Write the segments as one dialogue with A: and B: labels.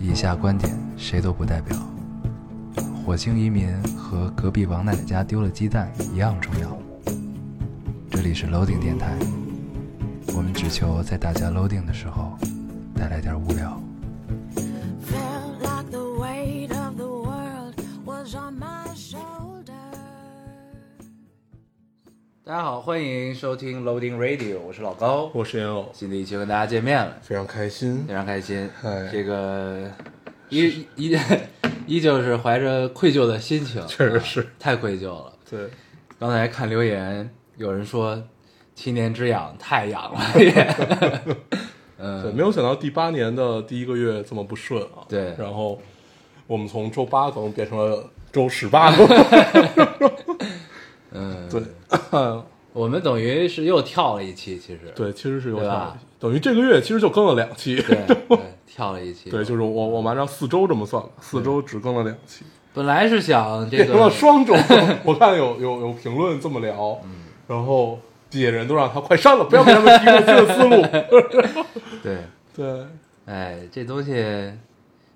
A: 以下观点谁都不代表。火星移民和隔壁王奶奶家丢了鸡蛋一样重要。这里是 Loading 电台，我们只求在大家 Loading 的时候带来点无聊。
B: Felt like the weight of the world was on my shoulders.
A: 大家好，欢迎收听 Loading Radio，我是老高，
C: 我是烟偶，
A: 新的一期跟大家见面了，
C: 非常开心
A: 非。常开心
C: 嗨。
A: 这个依依 依旧是怀着愧疚的心情，
C: 确实是
A: 啊太愧疚了。
C: 对，
A: 刚才看留言，有人说七年之痒太痒了 也，嗯
C: 对，没有想到第八年的第一个月这么不顺啊。
A: 对
C: 然后我们从周八更变成了周十八 更。
A: 嗯，
C: 对，
A: 我们等于是又跳了一期，其实
C: 对，其实是有
A: 对吧
C: 挑战等于这个月其实就更了两期。
A: 对对跳了一期，
C: 对，就是我我们按照四周这么算吧，四周只更了两期，
A: 本来是想这
C: 变成了
A: 个
C: 双周。我看有有有评论这么聊，
A: 嗯
C: 然后底下人都让他快删了，不要给他们提供新的思路。
A: 对，
C: 对。
A: 哎，这东西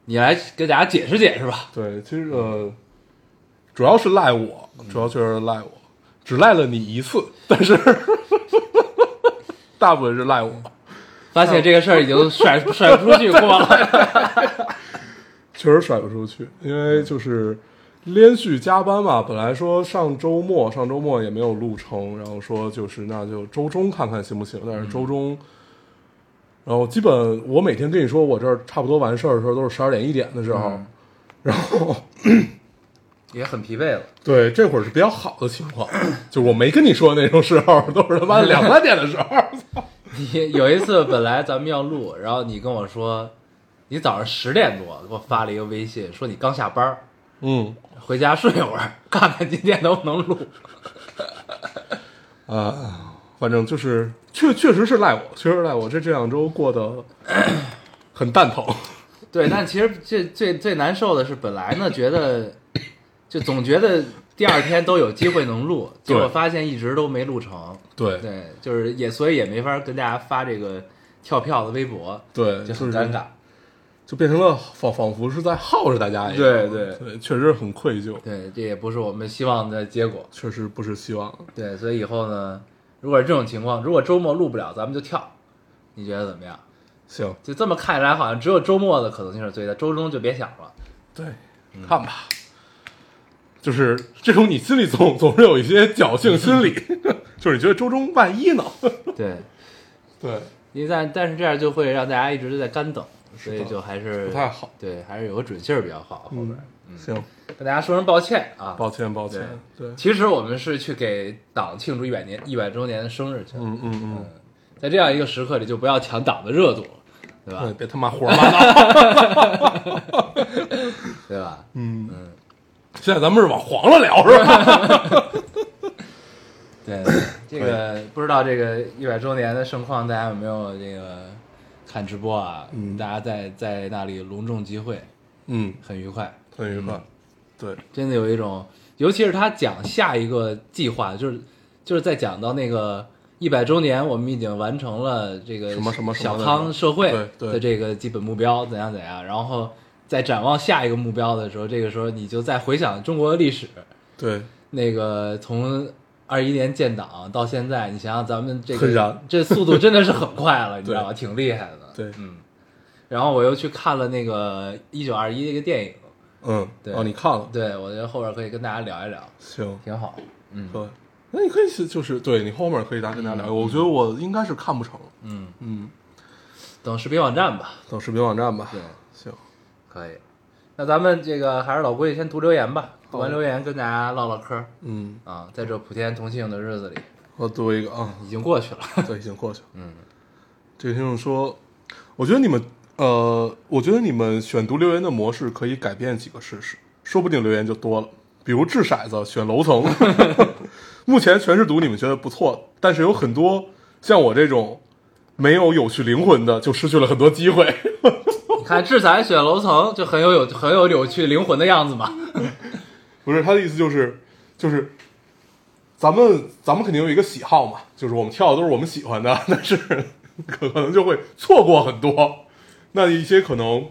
A: 你来给大家解释解释吧，
C: 对，其实呃，主要是赖我，主要确实是赖我，只赖了你一次，但是 大部分是赖我，
A: 发现这个事儿已经 甩甩不出去锅了，
C: 确实甩不出去，因为就是连续加班嘛，本来说上周末上周末也没有录成，然后说就是那就周中看看行不行，但是周中。然后基本我每天跟你说我这儿差不多完事儿的时候都是十二点一点的时候，然后
A: 也很疲惫了，
C: 对，这会儿是比较好的情况，就我没跟你说那种时候，都是他妈两三点的时候。
A: 你有一次本来咱们要录，然后你跟我说，你早上十点多给我发了一个微信，说你刚下班儿，
C: 嗯
A: 回家睡会儿，看看今天能不能录。
C: 啊，反正就是确确实是赖我，确实赖我，这这两周过得很蛋疼。
A: 对，但其实这最最难受的是，本来呢觉得，就总觉得第二天都有机会能录，结
C: 对
A: 果发现一直都没录成。
C: 对
A: 对，就是也所以也没法跟大家发这个跳票的微博，
C: 对，
A: 就
C: 就
A: 很
C: 是
A: 尴尬，。
C: 就变成了仿仿佛是在耗着大家一样。
A: 对对
C: 对，确实很愧疚，
A: 对，这也不是我们希望的结果。
C: 确实不是希望。
A: 对，所以以后呢，如果是这种情况，如果周末录不了，咱们就跳，你觉得怎么样？
C: 行，
A: 就这么看来，好像只有周末的可能性是最大，周中就别想了。
C: 对，看 吧。就是这种，你心里总总是有一些侥幸心理， 就是你觉得周中万一呢？
A: 对，
C: 对，
A: 因为但但是这样就会让大家一直在干等，所以
C: 的
A: 就还是
C: 不太好。
A: 对，还是有个准信儿比较好。后边、
C: 嗯行，
A: 跟大家说声抱歉啊，
C: 抱歉，抱歉，对，
A: 其实我们是去给党庆祝一百年一百周年的生日去，
C: 嗯嗯
A: 在这样一个时刻里，就不要抢党的热度了，对
C: 嗯，对，
A: 吧？
C: 别他妈胡说八道，
A: 对吧？
C: 嗯嗯，现在咱们是往黄了聊是吧？
A: 对，这个不知道这个一百周年的盛况，大家有没有这个看直播啊？
C: 嗯
A: 大家在在那里隆重集会，
C: 嗯，
A: 很愉快，
C: 很愉快，对，
A: 真的有一种，尤其是他讲下一个计划，就是就是在讲到那个一百周年，我们已经完成了这个
C: 什么什么什
A: 小
C: 么的
A: 康社会
C: 对对
A: 的这个基本目标怎样怎样，然后在展望下一个目标的时候，这个时候你就在回想中国的历史，
C: 对，
A: 那个从二一年建党到现在，你想想咱们这
C: 很
A: 个
C: 燃
A: 这速度真的是很快了，你知道吧？挺厉害的。
C: 对
A: 嗯。然后我又去看了那个《一九二一》那个电影，
C: 嗯，
A: 对
C: 哦，你看了，
A: 对我觉得后边可以跟大家聊一聊，
C: 行，
A: 挺好。嗯
C: 对，那你可以是就是对你后面可以大家跟大家聊，我觉得我应该是看不成，
A: 嗯，
C: 嗯，
A: 等视频网站吧。
C: 等视频网站吧
A: 对，，
C: 行，
A: 可以。那咱们这个还是老规矩，先读留言吧。读完
C: 好
A: 留言跟大家唠唠嗑儿
C: 嗯，
A: 啊，在这普天同庆的日子里，
C: 我读一个啊，
A: 已经过去了。
C: 对，已经过去了。嗯，这个听众说，我觉得你们，呃，我觉得你们选读留言的模式可以改变几个试试，说不定留言就多了。比如掷骰子选楼层， 目前全是读你们觉得不错的，但是有很多像我这种没有有趣灵魂的，就失去了很多机会。
A: 你看志才选楼层就很有有很有有趣灵魂的样子嘛。
C: 不是他的意思就是，就是咱们咱们肯定有一个喜好嘛，就是我们跳的都是我 们喜欢的，但是可可能就会错过很多。那一些可能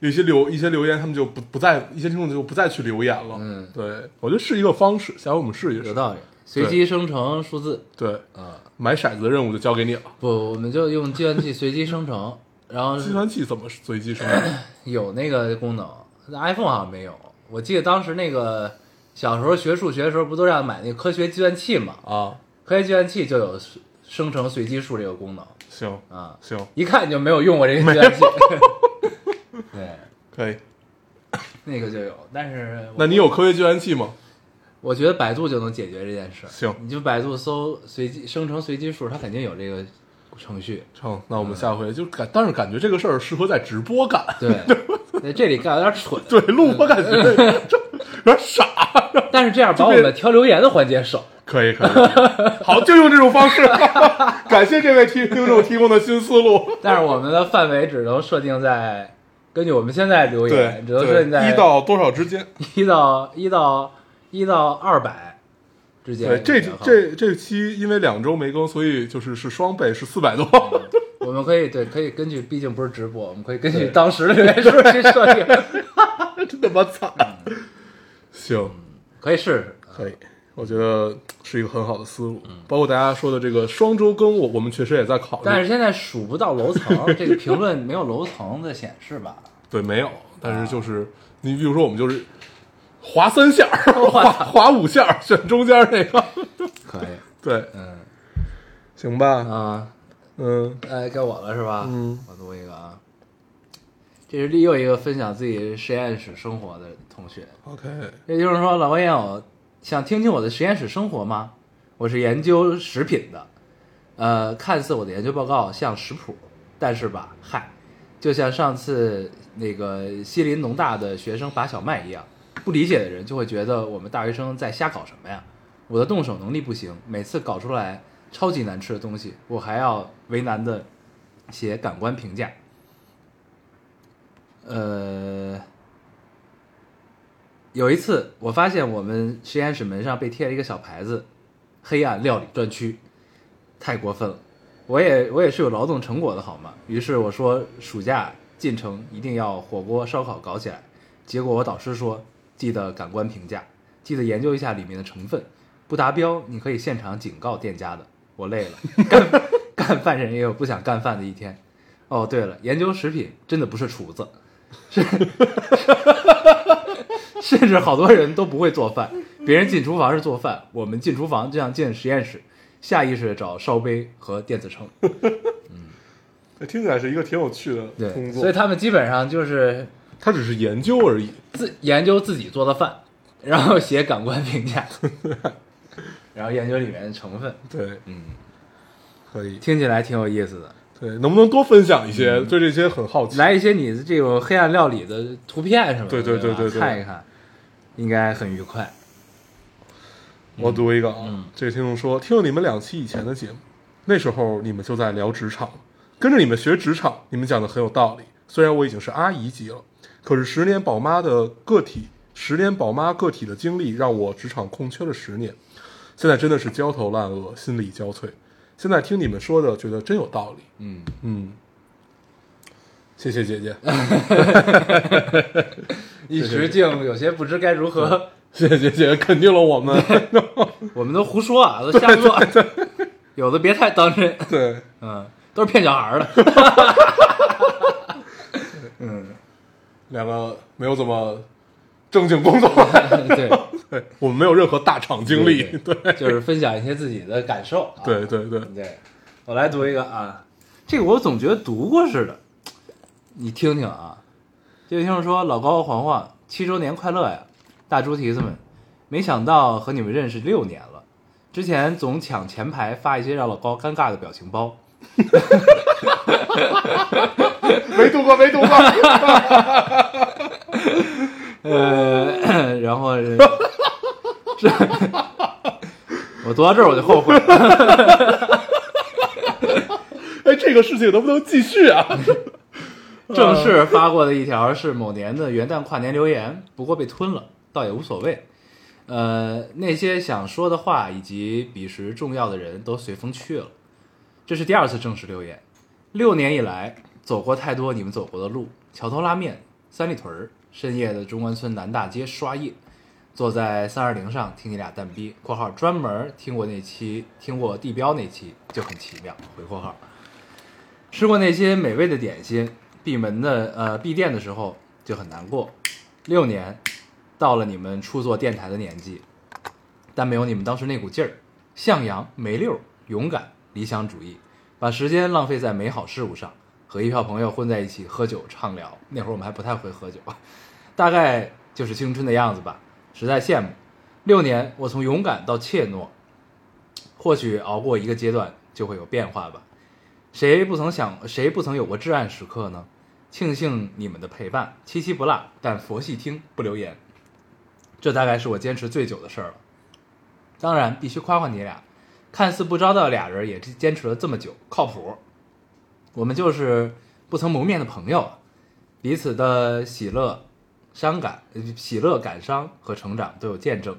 C: 有一些留一些留言，他们就不不再一些听众就不再去留言了。
A: 嗯
C: 对，我觉得是一个方式，下回我们试一
A: 有
C: 试。
A: 道理。随机生成数字
C: 对，
A: 啊，
C: 买骰子的任务就交给你了。
A: 不，我们就用计算器随机生成，然后
C: 计算器怎么随机生成？
A: 有那个功能那，iPhone 好像没有。我记得当时那个小时候学数学的时候，不都让买那个科学计算器嘛？
C: 啊，
A: 科学计算器就有生成随机数这个功能
C: 行
A: 啊，
C: 行，
A: 一看你就没有用过这个计算器。 对，
C: 可以。
A: 那个就有，但是我
C: 那你有科学计算器吗？
A: 我觉得百度就能解决这件事。
C: 行
A: 你就百度搜随机生成随机数，它肯定有这个程序。
C: 成，那
A: 嗯
C: 我们下回就感，但是感觉这个事儿适合在直播干，
A: 对，在这里干有点蠢，
C: 对，录播感觉
A: 嗯
C: 这有 点傻。
A: 但是这样把我们挑留言的环节省。
C: 可以可以，好，就用这种方式。 感谢这位听听众提供的新思路。
A: 但是我们的范围只能设定在根据我们现在留
C: 对
A: 言，，只能设定在
C: 对，一到多少之间？
A: 一到一到一到二百之间。
C: 对，这
A: 然后
C: 这这期因为两周没更，所以就是是双倍，是四百
A: 嗯
C: 多。
A: 我们可以对可以根据，毕竟不是直播，我们可以根据当时的 留言数去设定，
C: 真他妈惨。
A: 嗯
C: 行，
A: 可以试 试。
C: 可以，我觉得是一个很好的思路。包括大家说的这个双周更，我我们确实也在考虑。
A: 嗯但是现在数不到楼层，这个评论没有楼层的显示吧？
C: 对，没有，但
A: 啊
C: 是就是你比如说，我们就是划三下儿， 划 划五下儿，选中间儿那个。
A: 可以，
C: 对，
A: 嗯
C: 行吧，
A: 啊，
C: 嗯
A: 呃，该我了是吧？
C: 嗯，
A: 我读一个啊，这是又一个分享自己实验室生活的同学，
C: ，OK，
A: 也就是说，老烟友想听听我的实验室生活吗？我是研究食品的，呃，看似我的研究报告像食谱，但是吧，嗨，就像上次那个西林农大的学生拔小麦一样，不理解的人就会觉得我们大学生在瞎搞什么呀？我的动手能力不行，每次搞出来超级难吃的东西，我还要为难的写感官评价。呃，有一次，我发现我们实验室门上被贴了一个小牌子“黑暗料理专区”，太过分了。我也我也是有劳动成果的好吗？于是我说暑假进城一定要火锅烧烤搞起来。结果我导师说，记得感官评价，记得研究一下里面的成分，不达标你可以现场警告店家的。我累了，干干饭人也有不想干饭的一天。哦，对了，研究食品真的不是厨子， 甚至好多人都不会做饭。别人进厨房是做饭，我们进厨房就像进实验室，下意识地找烧杯和电子 秤。
C: 那哎听起来是一个挺有趣的
A: 对，
C: 工作。
A: 所以他们基本上就是
C: 他只是研究而已。
A: 自研究自己做的 饭，然后写感官评 价，然后研究里面的成分，
C: 对，嗯，可以。
A: 听起来挺有意思的。
C: 对，能不能多分享一些？
A: 嗯
C: 对这些很好奇。
A: 来一些你这种黑暗料理的图片什么的，
C: 对
A: 对
C: 对对
A: 吧
C: 对对
A: 看一看，应该很愉快。
C: 我读一个啊，这个听众说，听了你们两期以前的节目，那时候你们就在聊职场，跟着你们学职场，你们讲的很有道理。虽然我已经是阿姨级了，可是十年宝妈的个体，十年宝妈个体的经历，让我职场空缺了十年，现在真的是焦头烂额，心力交瘁。现在听你们说的，觉得真有道理。
A: 嗯
C: 嗯，谢谢姐 姐，
A: 一时竟有些不知该如何，
C: 谢谢姐姐肯定了我们。
A: 我们都胡说啊，都瞎说，有的别太当真。
C: 对，
A: 嗯，都是骗小孩儿的。
C: 两个没有怎么正经工作。
A: 对，
C: 对，我们没有任何大厂哦经历。对，
A: 就是分享一些自己的感受、啊。
C: 对，对，对，
A: 对，我来读一个啊，这个我总觉得读过似的，你听听啊。这位听众说：“老高、黄黄，七周年快乐呀！大猪蹄子们，没想到和你们认识六年了。之前总抢前排发一些让老高尴尬的表情包，
C: 没读过，没 读过。
A: 呃，然后是 这， 我读到这儿我就后悔了。”
C: 哎，这个事情能不能继续啊？
A: 正式发过的一条是某年的元旦跨年留言，不过被吞了，倒也无所谓。呃，那些想说的话以及彼时重要的人都随风去了。这是第二次正式留言，六年以来走过太多你们走过的路，桥头拉面、三里屯儿深夜的中关村南大街刷夜，坐在三二零上听你俩蛋逼（括号专门听过那期，听过地标那期就很奇妙）回括号，吃过那些美味的点心，闭门的呃闭店的时候就很难过。六年，到了你们初做电台的年纪，但没有你们当时那股劲儿，向阳、梅溜、勇敢、理想主义，把时间浪费在美好事物上，和一票朋友混在一起喝酒畅聊。那会儿我们还不太会喝酒， 大概就是青春的样子吧，实在羡慕。六年，我从勇敢到怯懦，或许熬过一个阶段就会有变化吧。谁不曾想，谁不曾有过至暗时刻呢？庆幸你们的陪伴，七七不落，但佛系听不留言，这大概是我坚持最久的事儿了。当然，必须夸夸你俩，看似不招的俩人也坚持了这么久，靠谱。我们就是不曾谋面的朋友，彼此的喜乐、伤感、呃喜乐、感伤和成长都有见证。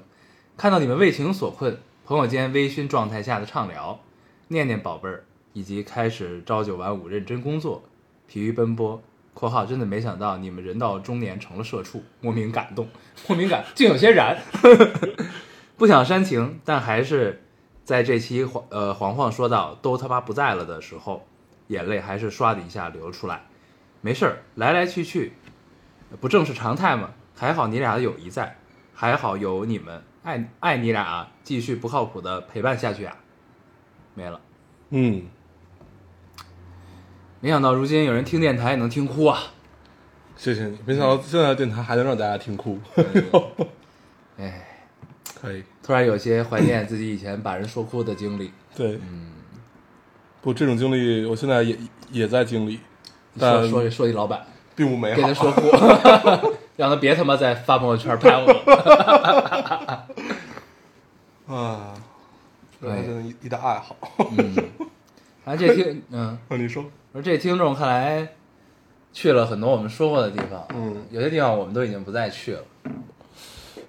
A: 看到你们为情所困，朋友间微醺状态下的畅聊，念念宝贝儿，以及开始朝九晚五认真工作，疲于奔波。（括号真的没想到你们人到中年成了社畜，莫名感动， 莫名感竟有些燃。不想煽情，但还是在这期黄呃黄黄说到都他妈不在了的时候，眼泪还是唰的一下流了出来。没事儿，来来去去，不正是常态吗？还好你俩的友谊在，还好有你们，爱爱你俩啊，继续不靠谱的陪伴下去啊。没了，
C: 嗯，
A: 没想到如今有人听电台也能听哭 啊！
C: 谢谢你，没想到现在的电台还能让大家听哭，
A: 哎，
C: 可以，
A: 突然有些怀念自己以前把人说哭的经 历。
C: 对，嗯，不，这种经历我现在也也在经历，但
A: 说说说一老板，
C: 并不美
A: 跟他
C: 好。
A: 说哭， 让他别他妈再发朋友圈拍我了。
C: 啊，这
A: 哎
C: 真的一一大爱好。
A: 啊，这听嗯，
C: 那你说，
A: 我说这听众看来去了很多我们说过的地方，
C: 嗯，
A: 有些地方我们都已经不再去了，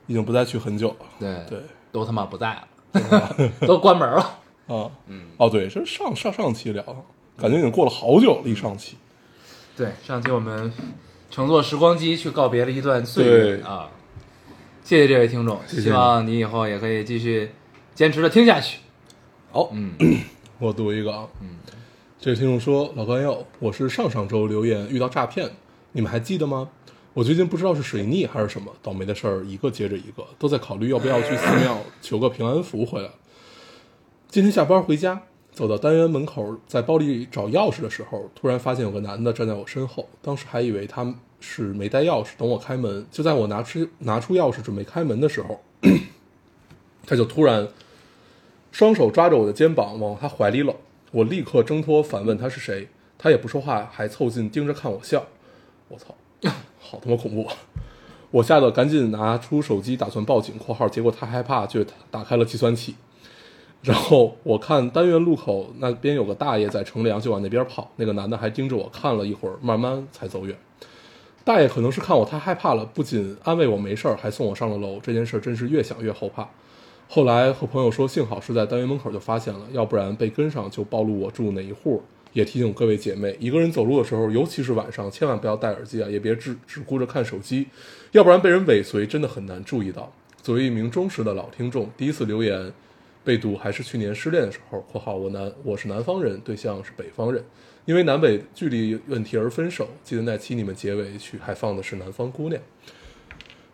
C: 已经不再去很久了。
A: 对
C: 对，
A: 都他妈不在 了，都关门了。
C: 啊，嗯，哦，对，这是上上上期聊的，感觉已经过了好久了，离上期。
A: 对，上期我们乘坐时光机去告别了一段岁
C: 对
A: 月啊，谢谢这位听众，
C: 谢
A: 希望你以后也可以继续坚持的听下去。
C: 好，嗯，我读一个啊，嗯，这位听众说，老关友，我是上上周留言遇到诈骗，你们还记得吗？我最近不知道是水逆还是什么，倒霉的事儿一个接着一个，都在考虑要不要去寺庙求个平安符回来。今天下班回家，走到单元门口，在包里找钥匙的时候，突然发现有个男的站在我身后，当时还以为他是没带钥匙等我开门。就在我拿出拿出钥匙准备开门的时候， 他就突然双手抓着我的肩膀往他怀里搂。我立刻挣脱，反问他是谁，他也不说话，还凑近盯着看我笑。我操， 好他妈恐怖啊！我吓得赶紧拿出手机打算报警（括号），结果他害怕，就打开了计算器。然后我看单元路口那边有个大爷在乘凉，就往那边跑。那个男的还盯着我看了一会儿，慢慢才走远。大爷可能是看我太害怕了，不仅安慰我没事儿，还送我上了楼。这件事真是越想越后怕。后来和朋友说，幸好是在单元门口就发现了，要不然被跟上就暴露我住哪一户。也提醒各位姐妹，一个人走路的时候，尤其是晚上，千万不要戴耳机啊，也别只只顾着看手机，要不然被人尾随真的很难注意到。作为一名忠实的老听众，第一次留言被读还是去年失恋的时候（括号我南我是南方人，对象是北方人），因为南北距离问题而分手。记得那期你们结尾曲还放的是《南方姑娘》。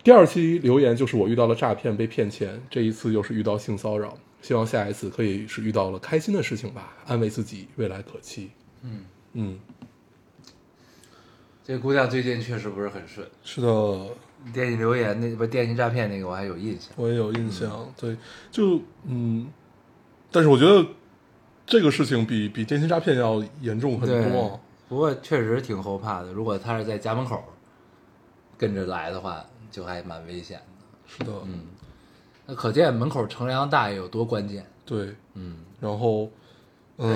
C: 第二期留言就是我遇到了诈骗，被骗钱，这一次又是遇到性骚扰，希望下一次可以是遇到了开心的事情吧，安慰自己，未来可期。嗯嗯，
A: 这姑娘最近确实不是很顺，
C: 是的，
A: 电信留言那不是电信诈骗那个我还有印象，
C: 我也有印象，对，就嗯，但是我觉得这个事情比比电信诈骗要严重很
A: 对
C: 多。
A: 不过确实挺后怕的。如果他是在家门口跟着来的话，就还蛮危险的。
C: 是的，嗯，
A: 那可见门口乘凉大爷有多关键。
C: 对，
A: 嗯，
C: 然后，嗯，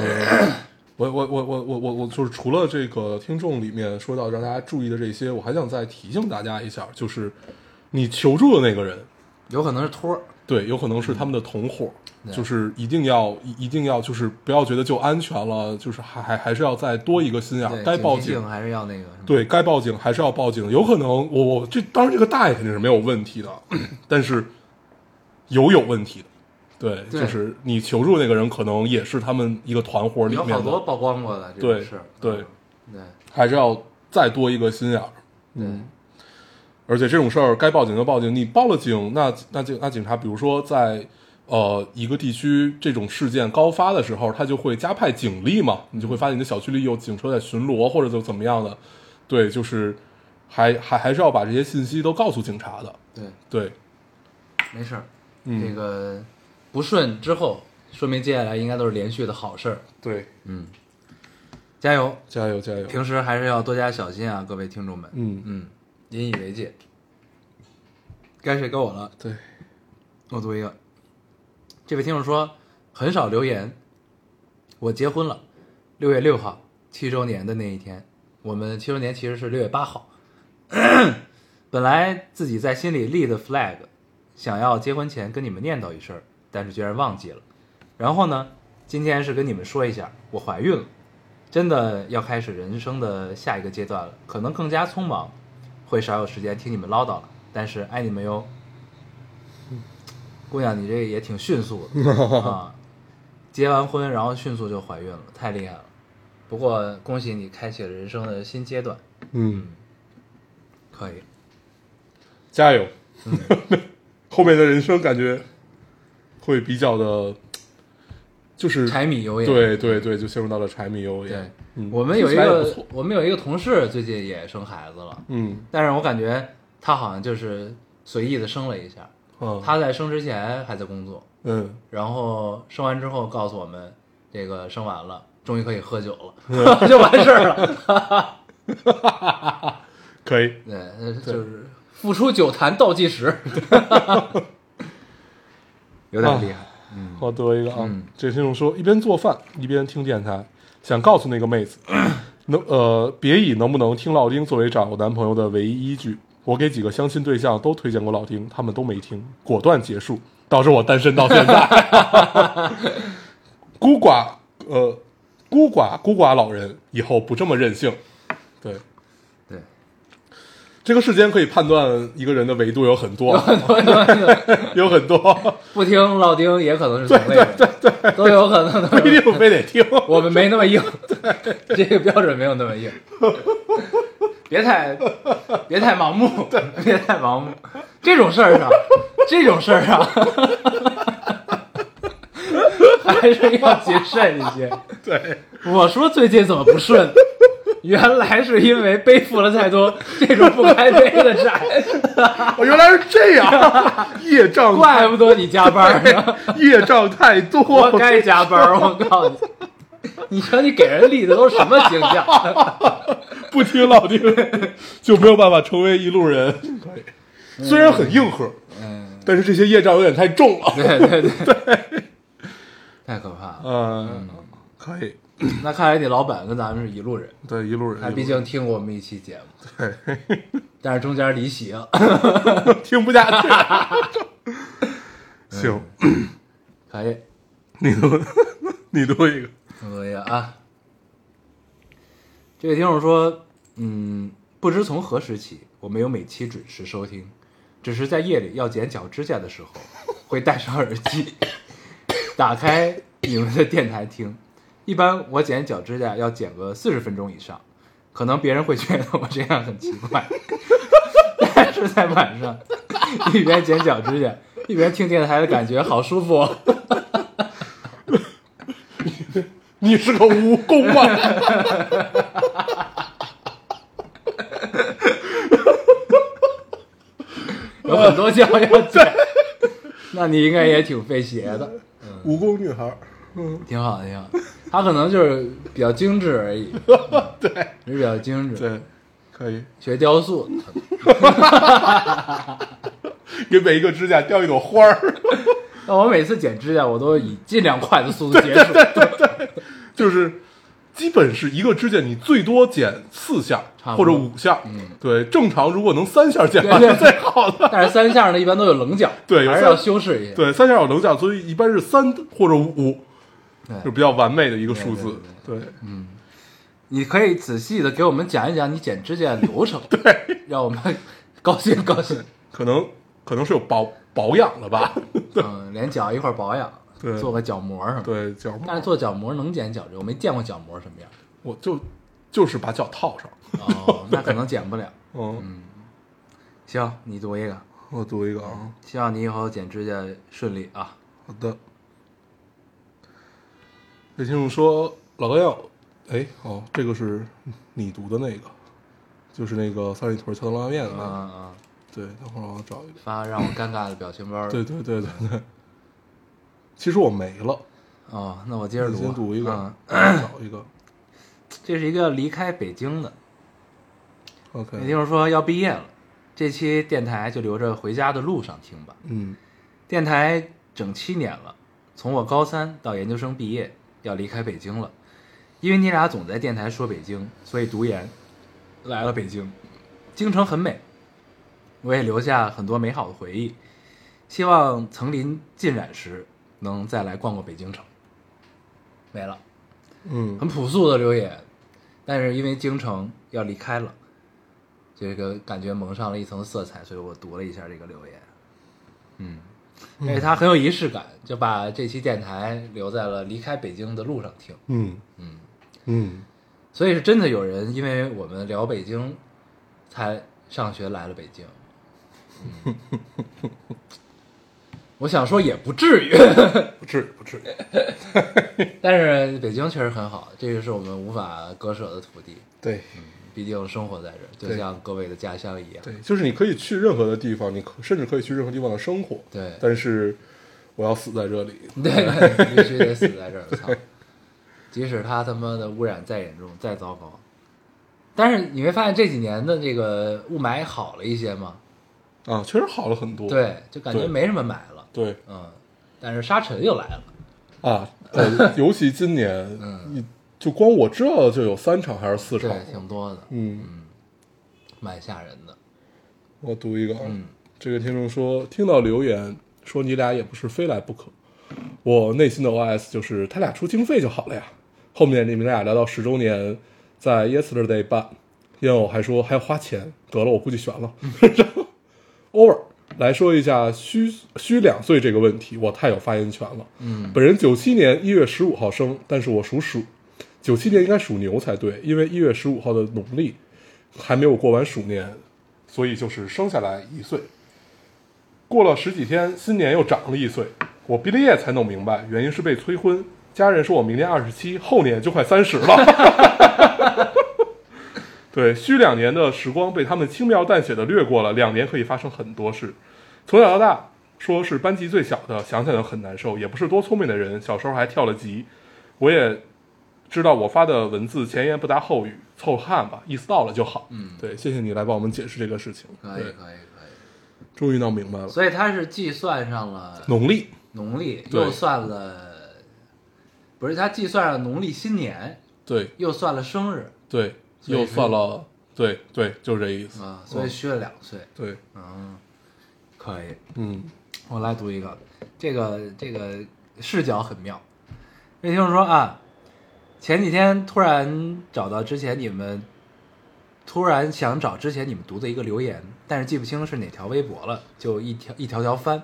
C: 我我我我我我我就是除了这个听众里面说到让大家注意的这些，我还想再提醒大家一下，就是你求助的那个人，
A: 有可能是托儿，
C: 对，有可能是他们的同伙，
A: 嗯对
C: 就是一定要一一定要就是不要觉得就安全了，就是还还还是要再多一个心眼儿，
A: 对，
C: 该报
A: 警惕
C: 警
A: 性还是要那个，是吧，
C: 对该报警还是要报警，有可能我我这当然这个大爷肯定是没有问题的， 但是有有问题的，对，
A: 对
C: 就是你求助那个人可能也是他们一个团伙里
A: 有
C: 面
A: 好多
C: 的，
A: 曝光过的这
C: 对
A: 种事儿，嗯
C: 对，
A: 对
C: 还是要再多一个心眼儿。
A: 对
C: 嗯而且这种事儿该报警就报警，你报了警，那那警那警察，比如说在呃一个地区这种事件高发的时候，他就会加派警力嘛，你就会发现你的小区里有警车在巡逻或者就怎么样的，对，就是还还还是要把这些信息都告诉警察的，
A: 对，
C: 对，
A: 没事儿，
C: 嗯，
A: 这个不顺之后，说明接下来应该都是连续的好事儿，
C: 对，
A: 嗯，加油，
C: 加油加油，
A: 平时还是要多加小心啊，各位听众们，
C: 嗯，
A: 嗯，引以为戒。该谁该我了，啊
C: 对，
A: 我读一个。这位听众说很少留言，我结婚了，六月六号七周年的那一天，我们七周年其实是六月八号。 本来自己在心里立的 flag，想要结婚前跟你们念叨一声，但是居然忘记了。然后呢，今天是跟你们说一下，我怀孕了。真的要开始人生的下一个阶段了，可能更加匆忙，会少有时间听你们唠叨了。但是爱你们哟，姑娘，你这也挺迅速 的啊！结完婚然后迅速就怀孕了，太厉害了。不过恭喜你开启了人生的新阶段，
C: 嗯，
A: 可以。
C: 加油，后面的人生感觉会比较的，就是
A: 柴米油盐，
C: 对对对，就陷入到了柴米油
A: 对
C: 盐，嗯，
A: 我们有一
C: 听起来也不
A: 个
C: 错
A: 我们有一个同事最近也生孩子了，
C: 嗯
A: 但是我感觉她好像就是随意的生了一下，
C: 嗯，
A: 她在生之前还在工作，
C: 嗯。
A: 然后生完之后告诉我们，这个生完了，终于可以喝酒 了，就完事儿了。
C: 可以，
A: 对，呃就是付出酒坛倒计时， 有点厉害。
C: 我得一个啊
A: 嗯。
C: 这听众说，一边做饭一边听电台，想告诉那个妹 子，能呃，别以能不能听老丁作为找男朋友的唯一依据。我给几个相亲对象都推荐过老丁，他们都没听，果断结束，导致我单身到 现在。孤寡呃，孤寡孤寡老人以后不这么任性。对，
A: 对，
C: 这个世间可以判断一个人的维度有很 多，有很多，
A: 不听老丁也可能是同类人，对对都有可 能
C: 不
A: 都
C: 一
A: 是。
C: 定非得听。
A: 我们没那么硬，这个标准没有那么硬。别太别太盲目， 别太盲目。这种事儿上，这种事儿上， 还是要谨慎一些。
C: 对。
A: 我说最近怎么不顺？原来是因为背负了太多这种不该背的债，
C: 哦，原来是这样， 业障
A: 怪不得你加班呢。
C: 业障太多
A: 我，该加班，我告诉你，你瞧你给人立的都是什么形象？
C: 不听老丁就没有办法成为一路人。可以， 虽然很硬核，
A: 嗯，
C: 但是这些业障有点太重了。
A: 对对 对，太可怕了。
C: 嗯， 可以，
A: 那看来你老板跟咱们是一路人，
C: 对一路人，
A: 他
C: 一路
A: 毕
C: 人
A: 竟听过我们一期节目，但是中间离席 了，
C: 听不下去。 行，
A: 可以。
C: 你读，你读一个。
A: 我读一个啊。这位听众说，嗯，不知从何时起，我没有每期准时收听，只是在夜里要剪脚指甲的时候，会戴上耳机，打开你们的电台听。一般我剪脚指甲要剪个四十分钟以上，可能别人会觉得我这样很奇怪，但是在晚上一边剪脚指甲一边听电台的感觉好舒服、哦。
C: 你是个蜈蚣 啊！
A: 有很多觉要剪， 那你应该也挺费鞋的，
C: 蜈蚣女孩，
A: 挺好的，挺好的。他可能就是比较精致而已，
C: 对
A: 是比较精致，
C: 对，可以
A: 学雕塑的，
C: 给每一个指甲雕一朵花儿。
A: 那我每次剪指甲，我都以尽量快的速度结束，
C: 就是基本是一个指甲你最多剪四下
A: 差不
C: 或者
A: 多嗯
C: 五下，对，正常如果能三下剪
A: 对
C: 完
A: 对
C: 是最好 的。
A: 但是三下呢，一般都有棱角，
C: 对有
A: 还是
C: 三
A: 要修饰一下。
C: 对，三下有棱角，所以一般是三或者五，
A: 对
C: 是比较完美的一个数字。对，
A: 你可以仔细的给我们讲一讲你剪指甲流 程，对，让我们高兴高兴。
C: 可能可能是有保保养的吧。
A: 嗯，连脚一块儿保养，
C: 对
A: 做个角膜什么。，
C: 对，角膜
A: 但是做角膜能剪脚趾，我没见过角膜什 么样。
C: 我就就是把脚套上。
A: 哦，那可能剪不了。
C: 嗯，
A: 行，你读一个，
C: 我读一个啊，
A: 希望你以后剪指甲顺利啊。
C: 好的。这听众说，老高要，哎，哦，这个是你读的那个，就是那个三里屯桥头拉面的
A: 嗯
C: 那个。
A: 嗯嗯，
C: 对，等会儿我找一个。
A: 发让我尴尬的表情包。
C: 对对对对对。其实我没了，
A: 哦，那我接着
C: 你
A: 读啊。
C: 先读一个，
A: 嗯
C: 找一个。
A: 这是一个离开北京的，
C: OK，
A: 也就是说要毕业了，这期电台就留着回家的路上听吧。
C: 嗯
A: 电台整七年了，从我高三到研究生毕业，要离开北京了。因为你俩总在电台说北京，所以读研来了北京。京城很美，我也留下很多美好的回忆。希望层林尽染时，能再来逛过北京城。没了。
C: 嗯
A: 很朴素的留言，但是因为京城要离开了，这个感觉蒙上了一层色彩，所以我读了一下这个留言。嗯，而且它很有仪式感，就把这期电台留在了离开北京的路上听。
C: 嗯
A: 嗯，
C: 嗯
A: 所以是真的有人因为我们聊北京，才上学来了北京。嗯、我想说也不至于，
C: 不至于不至于。
A: 但是北京确实很好，这个是我们无法割舍的土地。
C: 对
A: 毕竟生活在这儿，就
C: 对
A: 像各位的家乡一样。
C: 对，就是你可以去任何的地方，你可甚至可以去任何地方的生活。
A: 对
C: 但是我要死在这里。
A: 对， 必须得死在这儿，操！即使他他妈的污染再严重、再糟糕，但是你没发现这几年的这个雾霾好了一些吗？
C: 啊，确实好了很多。
A: 对，就感觉
C: 对
A: 没什么霾了。
C: 对
A: 嗯，但是沙尘又来了。
C: 啊，呃，尤其今年，你就光我知道的就有三场还是四场
A: 对，。挺多的，
C: 嗯，
A: 蛮吓人的。
C: 我读一个啊，
A: 嗯
C: 这个听众说，听到留言说你俩也不是非来不可，我内心的 OS 就是他俩出经费就好了呀。后面你们俩聊到十周年，在 Yesterday 办，因为我还说还要花钱，得了，我估计悬了。 然后 over 来说一下虚虚两岁这个问题，我太有发言权了。
A: 嗯，
C: 本人九七年一月十五号生，但是我属鼠，九七年应该属牛才对，因为一月十五号的农历还没有过完鼠年，所以就是生下来一岁。过了十几天，新年又长了一岁。我毕了业才弄明白，原因是被催婚。家人说我明年二十七，后年就快三十了。 对，虚两年的时光被他们轻描淡写的略过了。两年可以发生很多事。从小到大，说是班级最小的，想想就很难受。也不是多聪明的人，小时候还跳了级。我也知道我发的文字前言不搭后语，凑合看吧，意思到了就好。嗯，对，谢谢你来帮我们解释这个事情。
A: 可以，
C: 对
A: 可以，可
C: 终于闹明白了
A: 以。。所以他是既算上了
C: 农历，
A: 农历，
C: 对
A: 又算了，不是他既算上农历新年，
C: 对
A: 又算了生日
C: 对，
A: 所以
C: 又
A: 是
C: 算了，对对，就是这意思
A: 啊，所以
C: 嗯
A: 虚了两岁。
C: 对，
A: 嗯，可以，
C: 嗯
A: 我来读一个，这个这个视角很妙。这听众说啊，前几天突然找到之前你们，突然想找之前你们读的一个留言，但是记不清是哪条微博了，就一条一条条翻，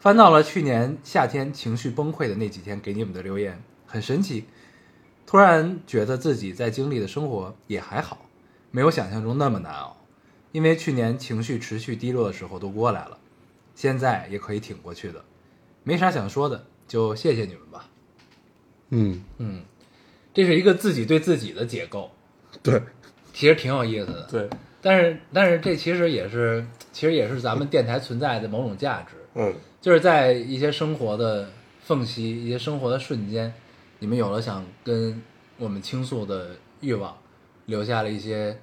A: 翻到了去年夏天情绪崩溃的那几天给你们的留言，很神奇。突然觉得自己在经历的生活也还好，没有想象中那么难熬，因为去年情绪持续低落的时候都过来了。现在也可以挺过去的，没啥想说的，就谢谢你们吧。
C: 嗯，
A: 嗯，这是一个自己对自己的解构，
C: 对
A: 其实挺有意思的。，
C: 对，
A: 但是但是这其实也是，其实也是咱们电台存在的某种价值，
C: 嗯
A: 就是在一些生活的缝隙、一些生活的瞬间，你们有了想跟我们倾诉的欲望，留下了一些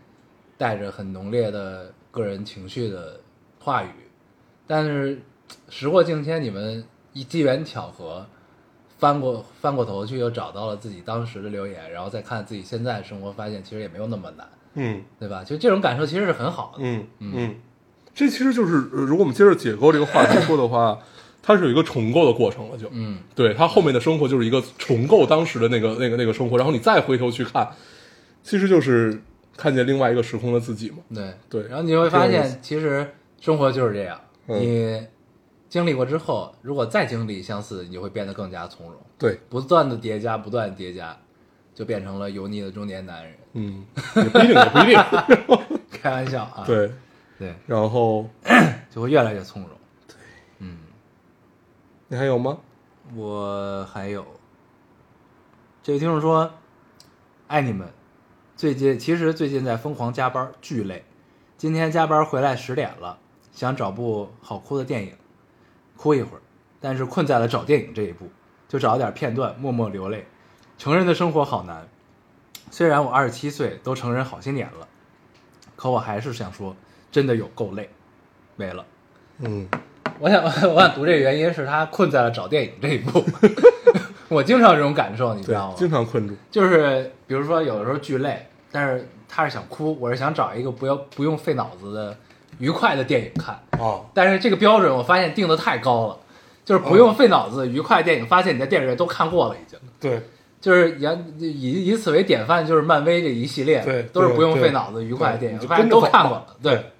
A: 带着很浓烈的个人情绪的话语。但是时过境迁，你们一机缘巧合，翻过翻过头去又找到了自己当时的留言，然后再看自己现在的生活，发现其实也没有那么难，
C: 嗯
A: 对吧？就这种感受其实是很好的。
C: 嗯嗯，这其实就是，呃如果我们接着解构这个话题说的话，它是有一个重构的过程了，就，
A: 嗯，
C: 对，它后面的生活就是一个重构当时的那个那个那个生活，然后你再回头去看，其实就是看见另外一个时空的自己嘛，
A: 对
C: 对
A: 然后你会发
C: 这个意思
A: 现，其实生活就是这样，
C: 嗯
A: 你经历过之后，如果再经历相似，你就会变得更加从容，
C: 对，
A: 不断的叠加，不断的叠加，就变成了油腻的中年男人。
C: 嗯，也不一定，也不一定，
A: 开玩笑啊，
C: 对，
A: 对，
C: 然后
A: 就会越来越从容。嗯
C: 你还有吗？
A: 我还有，这位听众说，爱你们。最近其实最近在疯狂加班，巨累。今天加班回来十点了，想找部好哭的电影，哭一会儿，但是困在了找电影这一步，就找点片段，默默流泪。成人的生活好难，虽然我二十七岁，都成人好些年了，可我还是想说，真的有够累，没了。
C: 嗯，
A: 我想， 我想读这个原因是他困在了找电影这一 步。我经常有这种感受，你知
C: 对
A: 道，吗？
C: 经常困住，
A: 就是比如说有的时候巨累，但是他是想哭，我是想找一个不要不用费脑子的愉快的电影看。
C: 啊，
A: 但是这个标准我发现定的太高了，就是
C: 哦
A: 不用费脑子的愉快电影，发现你在电影院都看过了已经。
C: 对，
A: 就是以以以此为典范，就是漫威这一系列，
C: 对
A: 都是不用
C: 对
A: 费脑子愉快的
C: 对
A: 电
C: 你
A: 影，
C: 就
A: 发现
C: 跟着
A: 都
C: 走
A: 看过了，对。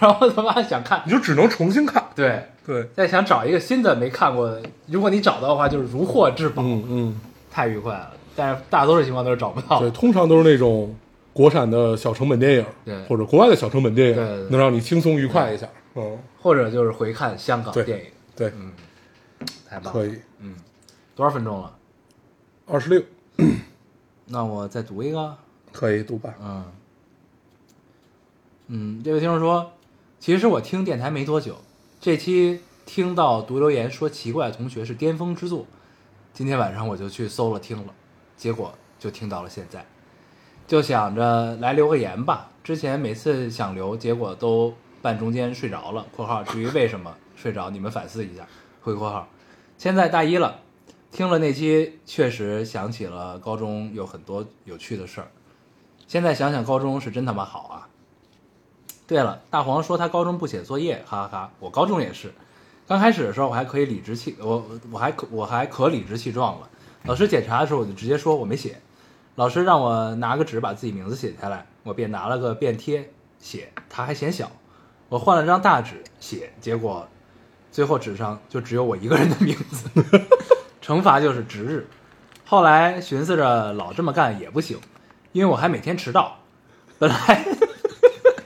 A: 然后他妈想看，
C: 你就只能重新看，
A: 对，
C: 对，
A: 再想找一个新的没看过的，如果你找到的话，就是如获至宝，
C: 嗯嗯，
A: 太愉快了。但是大多数情况都是找不到
C: 对，。通常都是那种国产的小成本电影，
A: 对
C: 或者国外的小成本电影，
A: 对对对
C: 能让你轻松愉快一下。嗯，
A: 或者就是回看香港
C: 对
A: 电影，
C: 对，
A: 太棒了。
C: 可以。
A: 多少分钟了？
C: 二十六
A: 那我再读一个。
C: 可以读吧？
A: 嗯，嗯，这位听众说，其实我听电台没多久，这期听到读留言说奇怪的同学是巅峰之作，今天晚上我就去搜了听了，结果就听到了现在，就想着来留个言吧。之前每次想留，结果都半中间睡着了（括号至于为什么睡着，你们反思一下）。回括号，现在大一了，听了那期确实想起了高中有很多有趣的事儿。现在想想，高中是真他妈好啊！对了，大黄说他高中不写作业，哈哈哈！我高中也是，刚开始的时候我还可以理直气，我我还可我还可理直气壮了。老师检查的时候，我就直接说我没写。老师让我拿个纸把自己名字写下来，我便拿了个便贴写，他还嫌小。我换了张大纸写，结果最后纸上就只有我一个人的名字。惩罚就是值日。后来寻思着老这么干也不行，因为我还每天迟到，本来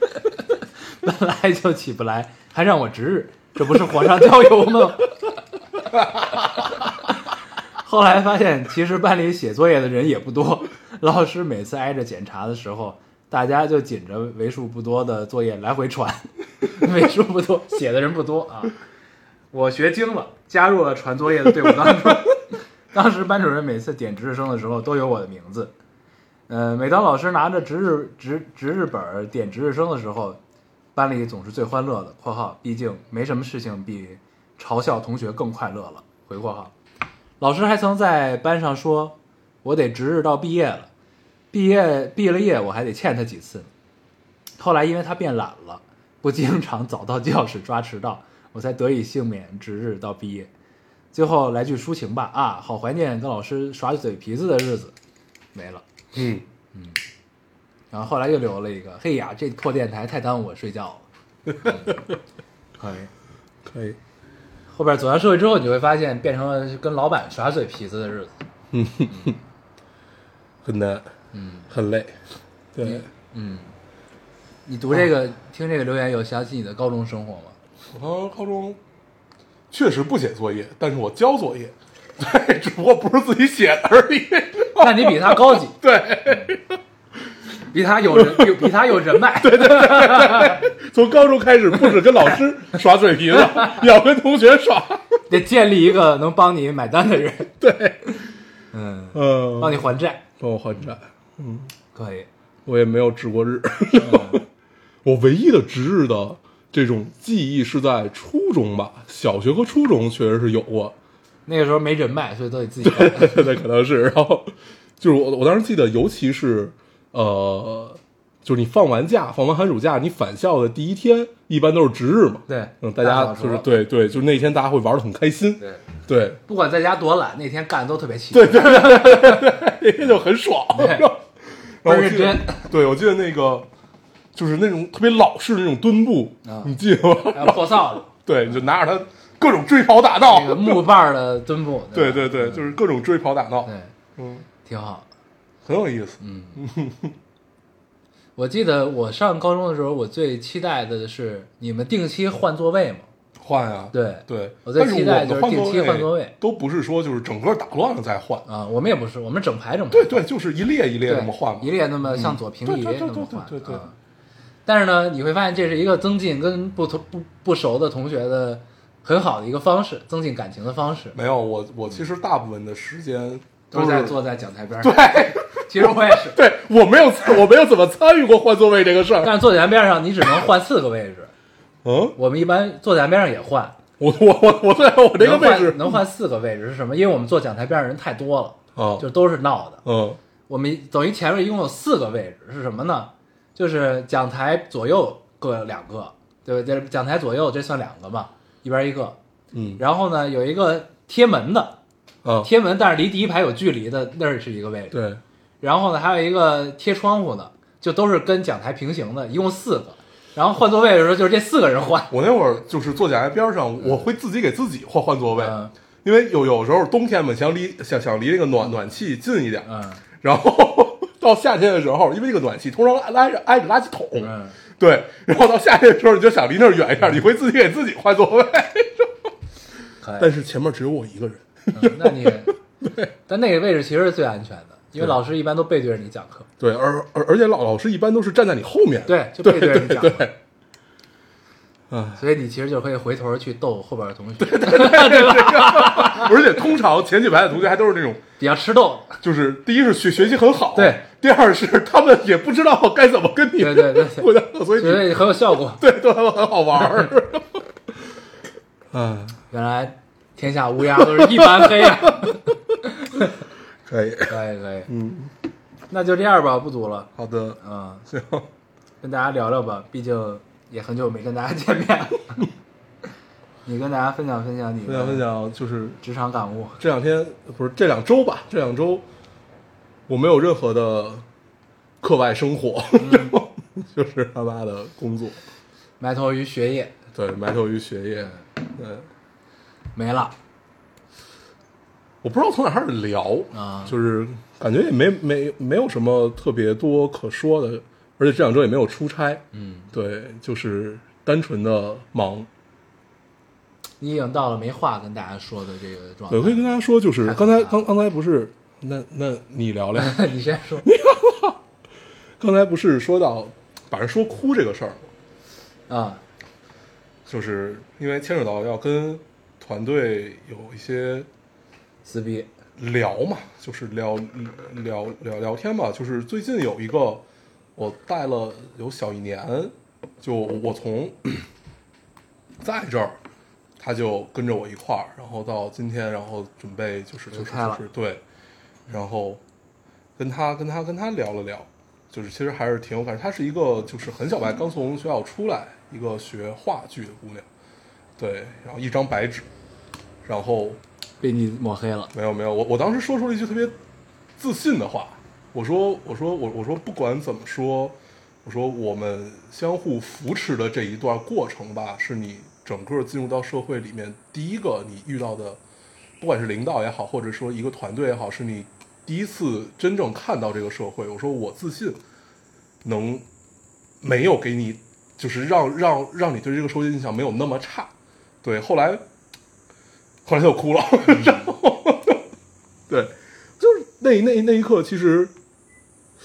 A: 本来就起不来，还让我值日，这不是火上浇油吗？ 后来发现，其实班里写作业的人也不多，老师每次挨着检查的时候，大家就紧着为数不多的作业来回传， 为数不多写的人不多啊。我学精了，加入了传作业的队伍当中。 当时班主任每次点值日生的时候都有我的名字，呃，每当老师拿着值日值值日本儿点值日生的时候，班里总是最欢乐的。（括号毕竟没什么事情比嘲笑同学更快乐了。）回括号，老师还曾在班上说：“我得值日到毕业了，毕业毕了业我还得欠他几次。”后来因为他变懒了，不经常早到教室抓迟到，我才得以幸免值日到毕业。最后来句抒情吧啊，好怀念跟老师耍嘴皮子的日子，没了。
C: 嗯，
A: 然后后来又留了一个，嘿呀，这破电台太耽误我睡觉了。 嗯、可以。
C: 可以。
A: 后边走上社会之后，你就会发现变成了跟老板耍嘴皮子的日子。
C: 很难，嗯，很累。对，
A: 你读这个、听这个留言，有想起你的高中生活吗？
C: 我高高中确实不写作业，但是我交作业，对，只不过不是自己写的而已。
A: 那你比他 高级，
C: 对，
A: 比他有人，有比他有人脉。 对对
C: 从高中开始，不止跟老师耍嘴 皮子，也要跟同学耍。
A: 得建立一个能帮你买单的 人，
C: 对，
A: 嗯，
C: 嗯，
A: 帮你还债，
C: 帮我还债。
A: 可以，
C: 我也没有值过日。
A: 嗯
C: 我唯一的值日的这种记忆是在初中吧，小学和初中确实是有过，
A: 那个时候没人脉，所以都得自 己干。
C: 那可能是。然后就是我我当时记得，尤其是呃，就是你放完假，放完寒暑假，你返校的第一天，一般都是值日嘛。
A: 对
C: 嗯，大家
A: 大扫除
C: 就是对对，就是那天大家会玩的很开心。
A: 对，
C: 对，
A: 不管在家多懒，那天干的都特别勤。对对，
C: 那天就很爽。
A: 对
C: 然后
A: 倍儿
C: 我记得
A: 认真，
C: 对我记得那个就是那种特别老式的那种蹲步
A: 啊，
C: 你记得吗？
A: 还有破扫帚，
C: 对，你就拿着它各种追跑打闹
A: 那个，木棒儿的墩布。
C: 对
A: 对
C: 对
A: 吧
C: 对，就是各种追跑打闹，
A: 对，
C: 嗯，
A: 挺好。
C: 很有意思。
A: 我记得我上高中的时候，我最期待的是你们定期换座位嘛？
C: 换啊，
A: 对
C: 对，
A: 我最
C: 但是
A: 期
C: 我
A: 待
C: 们
A: 就是
C: 换
A: 定
C: 座
A: 期
C: 位
A: 换座位
C: 都不是说就是整个打乱了再换，
A: 啊，我们也不是，我们整排整排。
C: 对对，就是一列一列
A: 对，
C: 这么换嘛嗯
A: 一。列那么向左平移
C: 对对对
A: 那么换，
C: 对对对对
A: 啊但是呢，你会发现这是一个增进跟不同不不熟的同学的很好的一个方式，增进感情的方式，
C: 没有，我我其实大部分的时间
A: 都是
C: 是
A: 在坐在讲台边上。
C: 对，
A: 其实我也是，
C: 对我没有我没有怎么参与过换座位这个事儿。
A: 但是坐讲台边上你只能换四个位置，
C: 嗯，
A: 我们一般坐讲台边上也换，
C: 我我我我在我这个
A: 能
C: 位置
A: 换能换四个位置是什么？因为我们坐讲台边上人太多了，
C: 啊，
A: 就都是闹的。
C: 嗯
A: 我们等于前面一共有四个位置是什么呢？就是讲台左右各两个，对不对？这讲台左右这算两个嘛，一边一个。
C: 嗯
A: 然后呢，有一个贴门的，
C: 啊，
A: 贴门但是离第一排有距离的那儿是一个位置。
C: 对，
A: 然后呢，还有一个贴窗户的，就都是跟讲台平行的，一共四个。然后换座位的时候，就是这四个人换。
C: 我那会儿就是坐讲台边上，我会自己给自己换换座位，
A: 嗯
C: 因为有有时候冬天嘛，想离想想离那个暖暖气近一点，
A: 嗯
C: 然后 到夏天的时候，因为这个暖气通常挨着挨着垃圾桶，
A: 嗯，
C: 对，然后到夏天的时候你就想离那儿远一点，你会自己给自己换座位，
A: 可以。
C: 但是前面只有我一个人，
A: 嗯那你，但那个位置其实是最安全的，因为老师一般都背对着你讲课。
C: 对，而而而且老老师一般都是站在你后面，
A: 对就
C: 对
A: 背对着
C: 对
A: 你
C: 对
A: 讲
C: 对，啊，
A: 所以你其实就可以回头去逗后边的同学，
C: 而且通常前几排的同学还都是那种，
A: 比较吃豆。
C: 就是第一是学学习很好，
A: 对，
C: 第二是他们也不知道该怎么跟你
A: 对对对对
C: 互相，所以
A: 觉
C: 你
A: 得很有效果。
C: 对对他们很好玩儿，嗯，
A: 原来天下乌鸦都是一般黑啊！
C: 可以，
A: 可以可以，
C: 嗯，
A: 那就这样吧，不读了，
C: 好的，
A: 嗯，
C: 行，
A: 跟大家聊聊吧，毕竟也很久没跟大家见面了。 你跟大家分享分享你
C: 分享分
A: 的
C: 享就是
A: 职场感悟，
C: 这两天不是这两周吧？这两周我没有任何的课外生活，就是他妈的工作，
A: 埋头于学业
C: 对，埋头于学业，对，
A: 没了，
C: 我不知道从哪开始聊
A: 啊
C: 就是感觉也没没没有什么特别多可说的，而且这两周也没有出差，
A: 嗯，
C: 对，就是单纯的忙。
A: 你已经到了没话跟大家说的这个状
C: 对，我可以
A: 态。
C: 跟大家说，就是
A: 太复
C: 刚
A: 杂
C: 才
A: 了
C: 刚刚才不是，那那你聊聊，
A: 你先说，
C: 刚才不是说到把人说哭这个事儿吗？
A: 啊，
C: 就是因为牵扯到要跟团队有一些
A: 撕逼，
C: 聊嘛，就是聊聊聊聊天嘛。就是最近有一个，我带了有小一年，就我从在这儿，他就跟着我一块儿，然后到今天，然后准备就是就是
A: 离开了
C: 就是对，然后跟他跟他跟他聊了聊，就是其实还是挺有感觉。她是一个就是很小白，刚从学校出来，一个学话剧的姑娘，对，然后一张白纸，然后
A: 被你抹黑了，
C: 没有没有，我我当时说出了一句特别自信的话，我说我说我我说不管怎么说，我说我们相互扶持的这一段过程吧，是你整个进入到社会里面第一个你遇到的，不管是领导也好，或者说一个团队也好，是你第一次真正看到这个社会。我说我自信能没有给你，就是让让让你对这个社会的印象没有那么差。对，后来后来他就哭了，然后对，就是那那那一刻，其实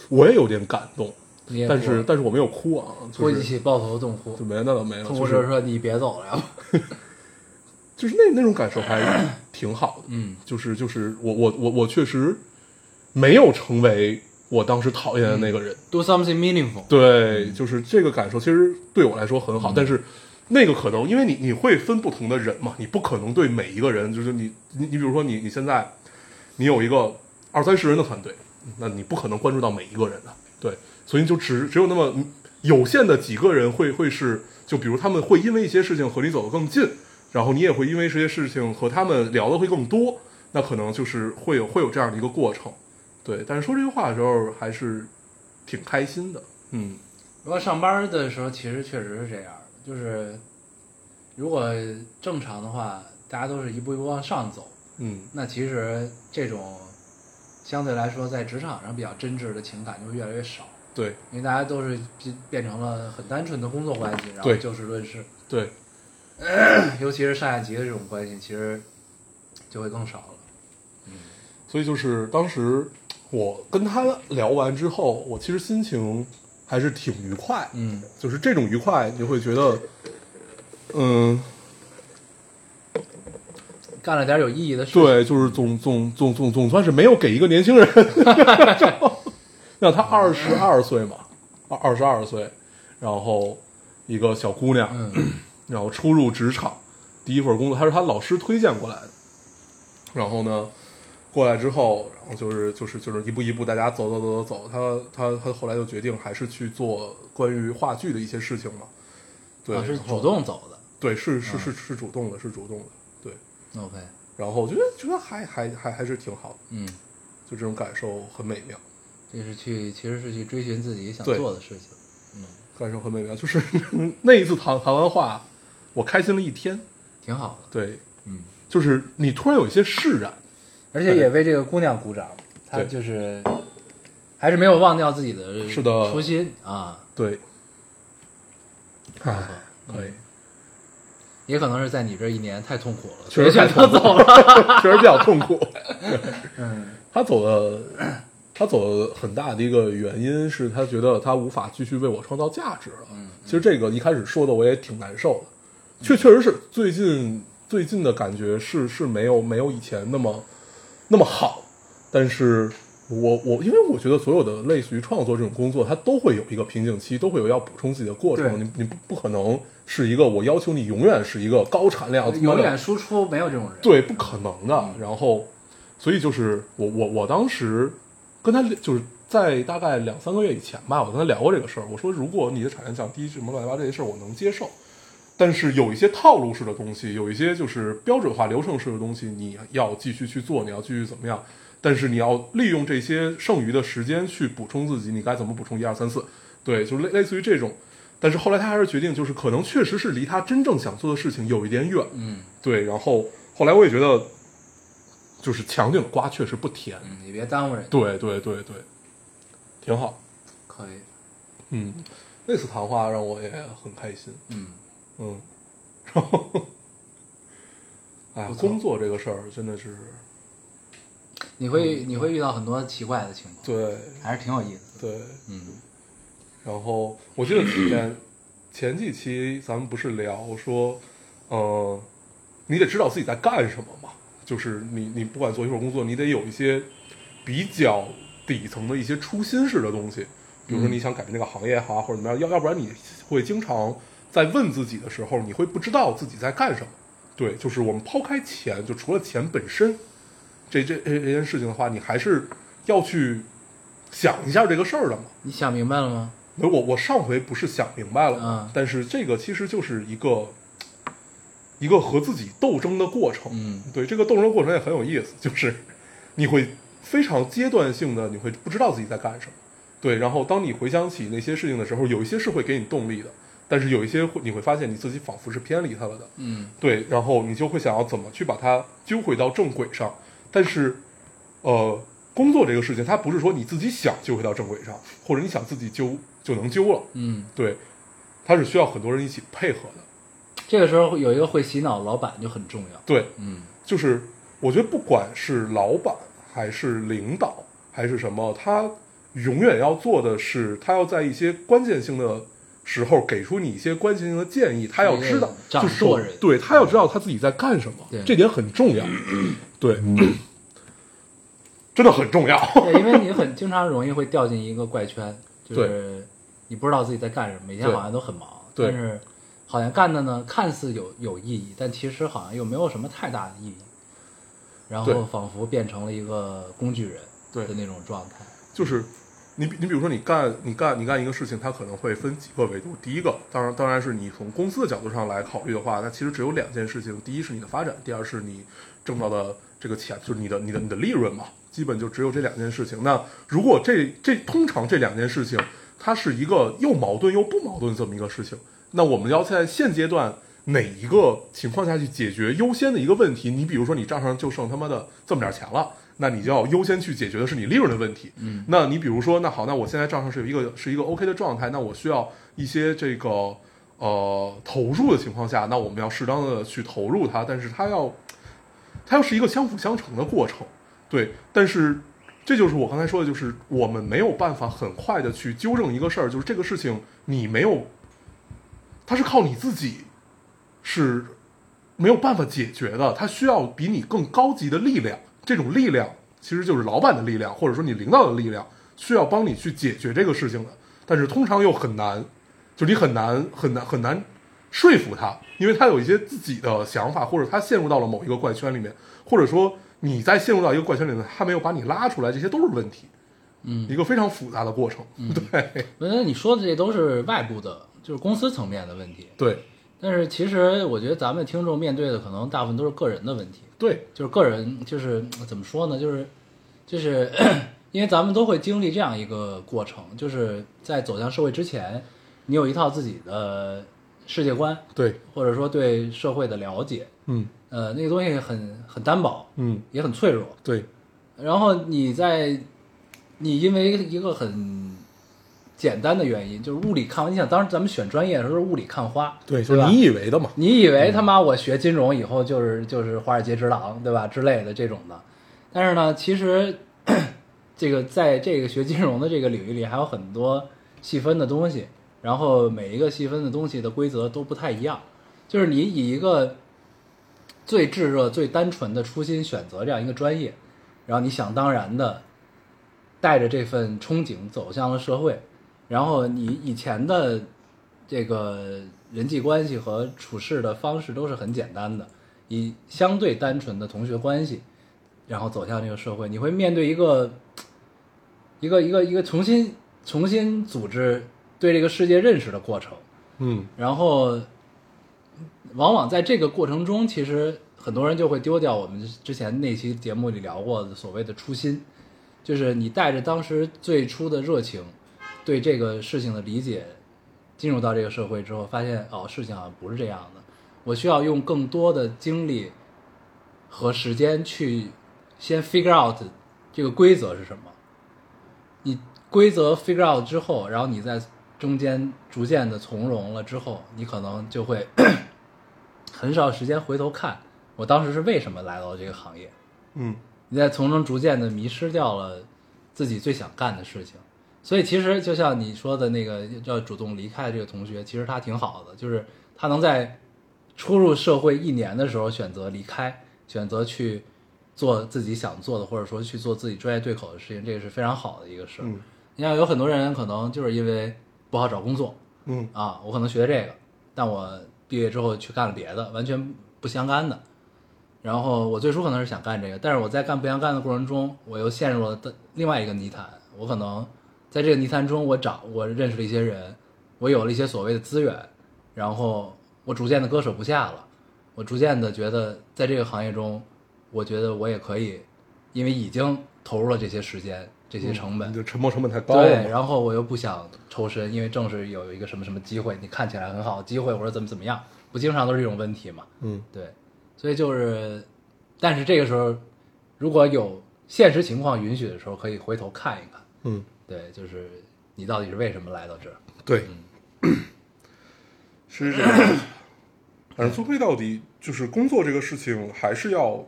C: 我也有点感动，
A: 你也
C: 但
A: 哭
C: 是
A: 了
C: 但是我没有哭啊，就
A: 哭一
C: 是
A: 起抱头痛哭
C: 就，没那倒没有，
A: 痛
C: 就
A: 哭着
C: 是
A: 说你别走了要不，
C: 就是那那种感受还挺好的，
A: 嗯，
C: 就是就是我我我我确实没有成为我当时讨厌的那个人，
A: do something meaningful。
C: 对，就是这个感受，其实对我来说很好，但是那个可能，因为你你会分不同的人嘛，你不可能对每一个人，就是你你你比如说你你现在你有一个二三十人的团队，那你不可能关注到每一个人的，对，所以就只只有那么有限的几个人会会是，就比如他们会因为一些事情和你走得更近，然后你也会因为这些事情和他们聊的会更多，那可能就是会有会有这样的一个过程，对，但是说这句话的时候还是挺开心的，嗯，
A: 如果上班的时候，其实确实是这样，就是如果正常的话，大家都是一步一步往上走，
C: 嗯，
A: 那其实这种相对来说在职场上比较真挚的情感就会越来越少，
C: 对
A: 因为大家都是变变成了很单纯的工作关系，然后
C: 对
A: 就事论事，
C: 对，
A: 尤其是上下级的这种关系，其实就会更少了。
C: 所以就是当时我跟他聊完之后，我其实心情还是挺愉快，
A: 嗯，
C: 就是这种愉快，你会觉得，嗯，
A: 干了点有意义的事情，
C: 对，就是总总总总总算是没有给一个年轻人， 让他二十二岁嘛，二二十二岁，然后一个小姑娘，
A: 嗯，
C: 然后初入职场，第一份工作，她是她老师推荐过来的。然后呢，过来之后，然后就是就是就是一步一步大家走走走走走，她她她后来就决定还是去做关于话剧的一些事情嘛。对，
A: 啊是
C: 然后
A: 主动走的。
C: 对，是是
A: 嗯
C: 是是主动的，是主动的，对。
A: OK，
C: 然后我觉得觉得还还还还是挺好的，
A: 嗯，
C: 就这种感受很美妙，
A: 这是去其实是去追寻自己想
C: 对
A: 做的事情。
C: 感受很美妙。就是 那一次谈谈完话，我开心了一天。
A: 挺好的，
C: 对，
A: 嗯，
C: 就是你突然有一些释然，
A: 而且也为这个姑娘鼓掌，她
C: 对
A: 就是还是没有忘掉自己的
C: 是的
A: 初心啊，
C: 对，
A: 不错
C: 哎，可以，
A: 也可能是在你这一年太痛苦了，
C: 确实
A: 所以选择走了，
C: 了，确实比较痛苦。
A: 嗯，
C: 他走的，他走的很大的一个原因是他觉得他无法继续为我创造价值了。
A: 嗯，
C: 其实这个一开始说的我也挺难受的，确确实是最近最近的感觉是是没有没有以前那么那么好，但是我我因为我觉得所有的类似于创作这种工作，它都会有一个瓶颈期，都会有要补充自己的过程。
A: 对
C: 你你不不可能是一个我要求你永远是一个高产量，他妈
A: 呃永
C: 的
A: 远输出没有这种人，
C: 对，不可能的。然后，所以就是我我我当时跟他就是在大概两三个月以前吧，我跟他聊过这个事儿。我说，如果你的产量降低什么乱七八糟这些事儿，我能接受。但是有一些套路式的东西，有一些就是标准化流程式的东西，你要继续去做，你要继续怎么样？但是你要利用这些剩余的时间去补充自己，你该怎么补充？一二三四，对，就是类类似于这种。但是后来他还是决定，就是可能确实是离他真正想做的事情有一点远，
A: 嗯
C: 对，然后后来我也觉得，就是强顶瓜确实不甜。
A: 嗯，你别耽误人，
C: 对对对对，挺好。
A: 可以，
C: 嗯，那次谈话让我也很开心。
A: 嗯，
C: 嗯，然后，哎
A: 不，错
C: 工作这个事儿真的是，
A: 你会你会遇到很多奇怪的情况，
C: 嗯对
A: 还是挺有意思的，
C: 对。
A: 嗯
C: 然后我记得前前几期咱们不是聊说，呃，你得知道自己在干什么嘛，就是你你不管做一份工作，你得有一些比较底层的一些初心式的东西，比如说
A: 嗯
C: 你想改变这个行业也好啊，或者怎么样，要要不然你会经常在问自己的时候，你会不知道自己在干什么。对，就是我们抛开钱，就除了钱本身，这这这这件事情的话，你还是要去想一下这个事儿的嘛。
A: 你想明白了吗？
C: 没有我我上回不是想明白了吗？
A: 嗯
C: 但是这个其实就是一个一个和自己斗争的过程。
A: 嗯
C: 对，这个斗争的过程也很有意思，就是你会非常阶段性的，你会不知道自己在干什么。对，然后当你回想起那些事情的时候，有一些是会给你动力的，但是有一些会你会发现你自己仿佛是偏离它了的。
A: 嗯
C: 对，然后你就会想要怎么去把它揪回到正轨上。但是，呃，工作这个事情，它不是说你自己想揪回到正轨上，或者你想自己揪就能揪了。
A: 嗯，
C: 对，它是需要很多人一起配合的。
A: 这个时候有一个会洗脑的老板就很重要，
C: 对，
A: 嗯
C: 就是我觉得不管是老板还是领导还是什么，他永远要做的是，他要在一些关键性的时候给出你一些关键性的建议，他要知道，
A: 掌
C: 就是说
A: 舵人
C: 对他要知道他自己在干什么
A: 对，嗯
C: 这点很重要，对， 真的很重要，
A: 对，因为你很经常容易会掉进一个怪圈，就是你不知道自己在干什么，每天
C: 对
A: 好像都很忙，
C: 对
A: 但是好像干的呢看似有有意义，但其实好像又没有什么太大的意义，然后
C: 对
A: 仿佛变成了一个工具人
C: 对
A: 的那种状态。
C: 就是你比你比如说你干你干你干一个事情，它可能会分几个维度。第一个，当然当然是你从公司的角度上来考虑的话，那其实只有两件事情：第一是你的发展，第二是你挣到的这个钱，就是你的你的你的利润嘛。基本就只有这两件事情。那如果这这通常这两件事情，它是一个又矛盾又不矛盾这么一个事情，那我们要在现阶段哪一个情况下去解决优先的一个问题？你比如说你账上就剩他妈的这么点钱了，那你就要优先去解决的是你利润的问题。嗯，那你比如说，那好，那我现在账上是有一个是一个 OK 的状态，那我需要一些这个呃投入的情况下，那我们要适当的去投入它，但是它要它又是一个相辅相成的过程，对。但是这就是我刚才说的，就是我们没有办法很快的去纠正一个事儿，就是这个事情你没有，它是靠你自己是没有办法解决的，它需要比你更高级的力量，这种力量其实就是老板的力量，或者说你领导的力量，需要帮你去解决这个事情的，但是通常又很难，就你很难很难很难说服他，因为他有一些自己的想法，或者他陷入到了某一个怪圈里面，或者说你在陷入到一个怪圈里面，他没有把你拉出来，这些都是问题。嗯，一个非常复杂的过程。对
A: 那你说的这都是外部的，就是公司层面的问题。
C: 对
A: 但是其实我觉得咱们听众面对的可能大部分都是个人的问题，
C: 对
A: 就是个人就是嗯怎么说呢，就是就是 因为咱们都会经历这样一个过程，就是在走向社会之前，你有一套自己的世界观，
C: 对，
A: 或者说对社会的了解，
C: 嗯
A: 呃，那个东西很很单薄，
C: 嗯，
A: 也很脆弱。
C: 对
A: 然后你在你因为一个很简单的原因，就是物理看花，你想当时咱们选专业的时候是物理看花，
C: 对，
A: 对
C: 就是
A: 吧？
C: 你以为的嘛。
A: 你以为他妈我学金融以后就是就是华尔街之狼，对吧？之类的这种的，但是呢，其实 这个在这个学金融的这个领域里，还有很多细分的东西，然后每一个细分的东西的规则都不太一样。就是你以一个最炙热、最单纯的初心选择这样一个专业，然后你想当然的带着这份憧憬走向了社会，然后你以前的这个人际关系和处事的方式都是很简单的，以相对单纯的同学关系，然后走向这个社会，你会面对一个一个一个一个重新重新组织对这个世界认识的过程，
C: 嗯，
A: 然后往往在这个过程中，其实很多人就会丢掉我们之前那期节目里聊过的所谓的初心，就是你带着当时最初的热情，对这个事情的理解，进入到这个社会之后，发现哦，事情好像不是这样的，我需要用更多的精力和时间去先 figure out 这个规则是什么。你规则 figure out 之后，然后你在中间逐渐的从容了之后，你可能就会 很少时间回头看我当时是为什么来到这个行业。
C: 嗯，
A: 你在从中逐渐的迷失掉了自己最想干的事情。所以其实就像你说的那个要主动离开这个同学，其实他挺好的，就是他能在初入社会一年的时候选择离开，选择去做自己想做的，或者说去做自己专业对口的事情，这个是非常好的一个事儿。
C: 嗯
A: 你像有很多人可能就是因为不好找工作，
C: 嗯
A: 啊，我可能学这个，但我毕业之后去干了别的，完全不相干的。然后我最初可能是想干这个，但是我在干不相干的过程中，我又陷入了的另外一个泥潭。我可能在这个泥潭中，我找我认识了一些人，我有了一些所谓的资源，然后我逐渐的割舍不下了。我逐渐的觉得，在这个行业中，我觉得我也可以，因为已经投入了这些时间、这些成本，
C: 你的沉没成本太高了
A: 对，
C: 嘛。
A: 然后我又不想抽身，因为正是有一个什么什么机会，你看起来很好的机会，我说怎么怎么样，不经常都是这种问题嘛？
C: 嗯，
A: 对，所以就是，但是这个时候如果有现实情况允许的时候，可以回头看一看，
C: 嗯，
A: 对，就是你到底是为什么来到这儿？
C: 对，是这样。反正说归到底，就是工作这个事情还是要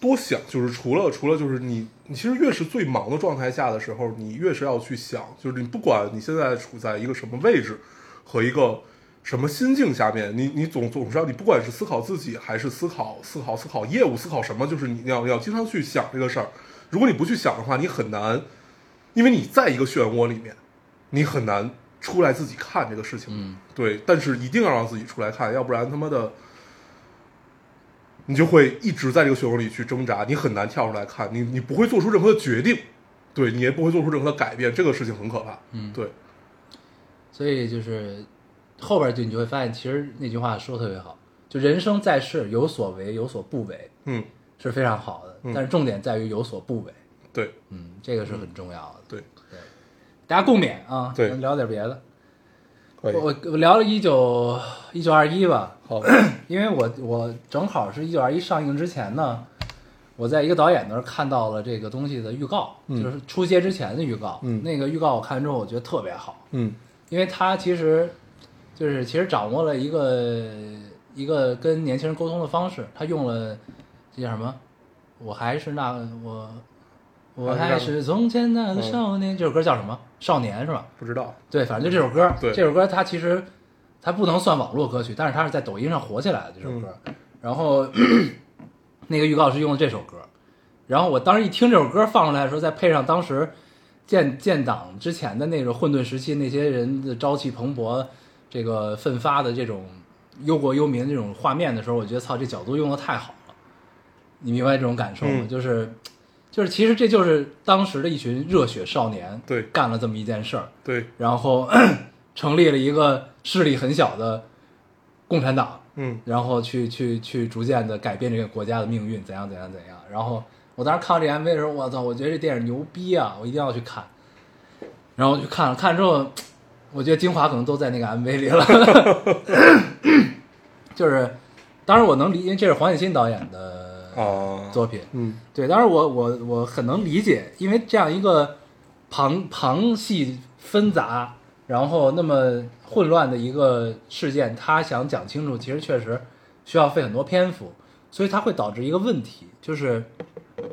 C: 多想。就是除了除了就是你，你其实越是最忙的状态下的时候，你越是要去想，就是你不管你现在处在一个什么位置和一个什么心境下面，你你总总是要你不管是思考自己还是思考思考思考业务思考什么，就是你要要经常去想这个事儿。如果你不去想的话，你很难，因为你在一个漩涡里面，你很难出来自己看这个事情。
A: 嗯，
C: 对，但是一定要让自己出来看，要不然他妈的，你就会一直在这个漩涡里去挣扎，你很难跳出来看，你你不会做出任何的决定，对你也不会做出任何的改变，这个事情很可怕。
A: 嗯
C: 对，
A: 所以就是后边就你就会发现，其实那句话说得特别好，就人生在世，有所为有所不为
C: 嗯，
A: 是非常好的，
C: 嗯
A: 但是重点在于有所不为，
C: 对
A: 嗯，这个是很重要的。
C: 对，
A: 对，大家共勉啊，
C: 对
A: 咱们聊点别的。
C: 可以
A: 我，我我聊了一九一九二一吧，
C: 好，
A: 因为我我正好是一九二一上映之前呢，我在一个导演那儿看到了这个东西的预告，
C: 嗯
A: 就是出街之前的预告。
C: 嗯
A: 那个预告我看完之后，我觉得特别好，
C: 嗯
A: 因为它其实就是其实掌握了一个一个跟年轻人沟通的方式，他用了这叫什么？我还是那个我。我
C: 还是那嗯
A: 还
C: 个
A: 是从前那个少年，这首歌叫什么？少年是吧？
C: 不知道，
A: 对，反正就这首歌，
C: 嗯对
A: 这首歌它其实它不能算网络歌曲，但是它是在抖音上火起来的这首歌。
C: 嗯
A: 然后那个预告是用的这首歌，然后我当时一听这首歌放出来的时候，再配上当时建建党之前的那个混沌时期那些人的朝气蓬勃、这个奋发的这种忧国忧民的这种画面的时候，我觉得操，这角度用的太好了。你明白这种感受吗？
C: 嗯
A: 就是，就是，其实这就是当时的一群热血少年，
C: 对
A: 干了这么一件事儿，
C: 对，
A: 然后 成立了一个势力很小的共产党，
C: 嗯
A: 然后去去去逐渐的改变这个国家的命运，怎样怎样怎样。然后我当时看这 MV 的时候，我操，我觉得这电影牛逼啊，我一定要去看。然后我去看了，看了之后，我觉得精华可能都在那个 MV 里了。 就是，当然我能理，因为这是黄雪欣导演的
C: 啊，
A: 作品，
C: 嗯
A: 对，当然我我我很能理解，因为这样一个庞庞细纷杂，然后那么混乱的一个事件，他想讲清楚，其实确实需要费很多篇幅，所以它会导致一个问题，就是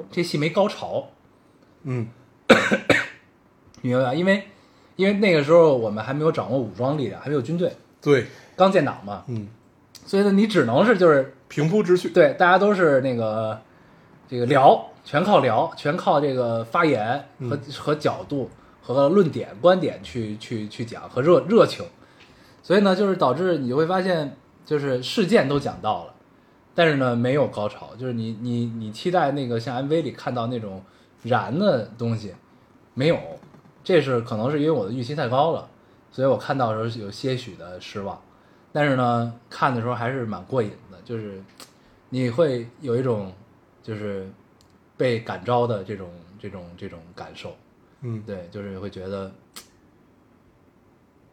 A: 这戏没高潮，
C: 嗯
A: 你明白吧？因为因为那个时候我们还没有掌握武装力量，还没有军队，
C: 对，
A: 刚建党嘛，
C: 嗯，
A: 所以呢，你只能是就是
C: 平铺直叙，
A: 对，大家都是那个这个聊，全靠聊，全靠这个发言和、和角度和论点、观点去去去讲和热热情，所以呢，就是导致你就会发现，就是事件都讲到了，但是呢，没有高潮，就是你你你期待那个像 MV 里看到那种燃的东西，没有，这是可能是因为我的预期太高了，所以我看到的时候有些许的失望，但是呢，看的时候还是蛮过瘾的，就是你会有一种就是被感召的这种这种这种感受，
C: 嗯
A: 对，就是会觉得，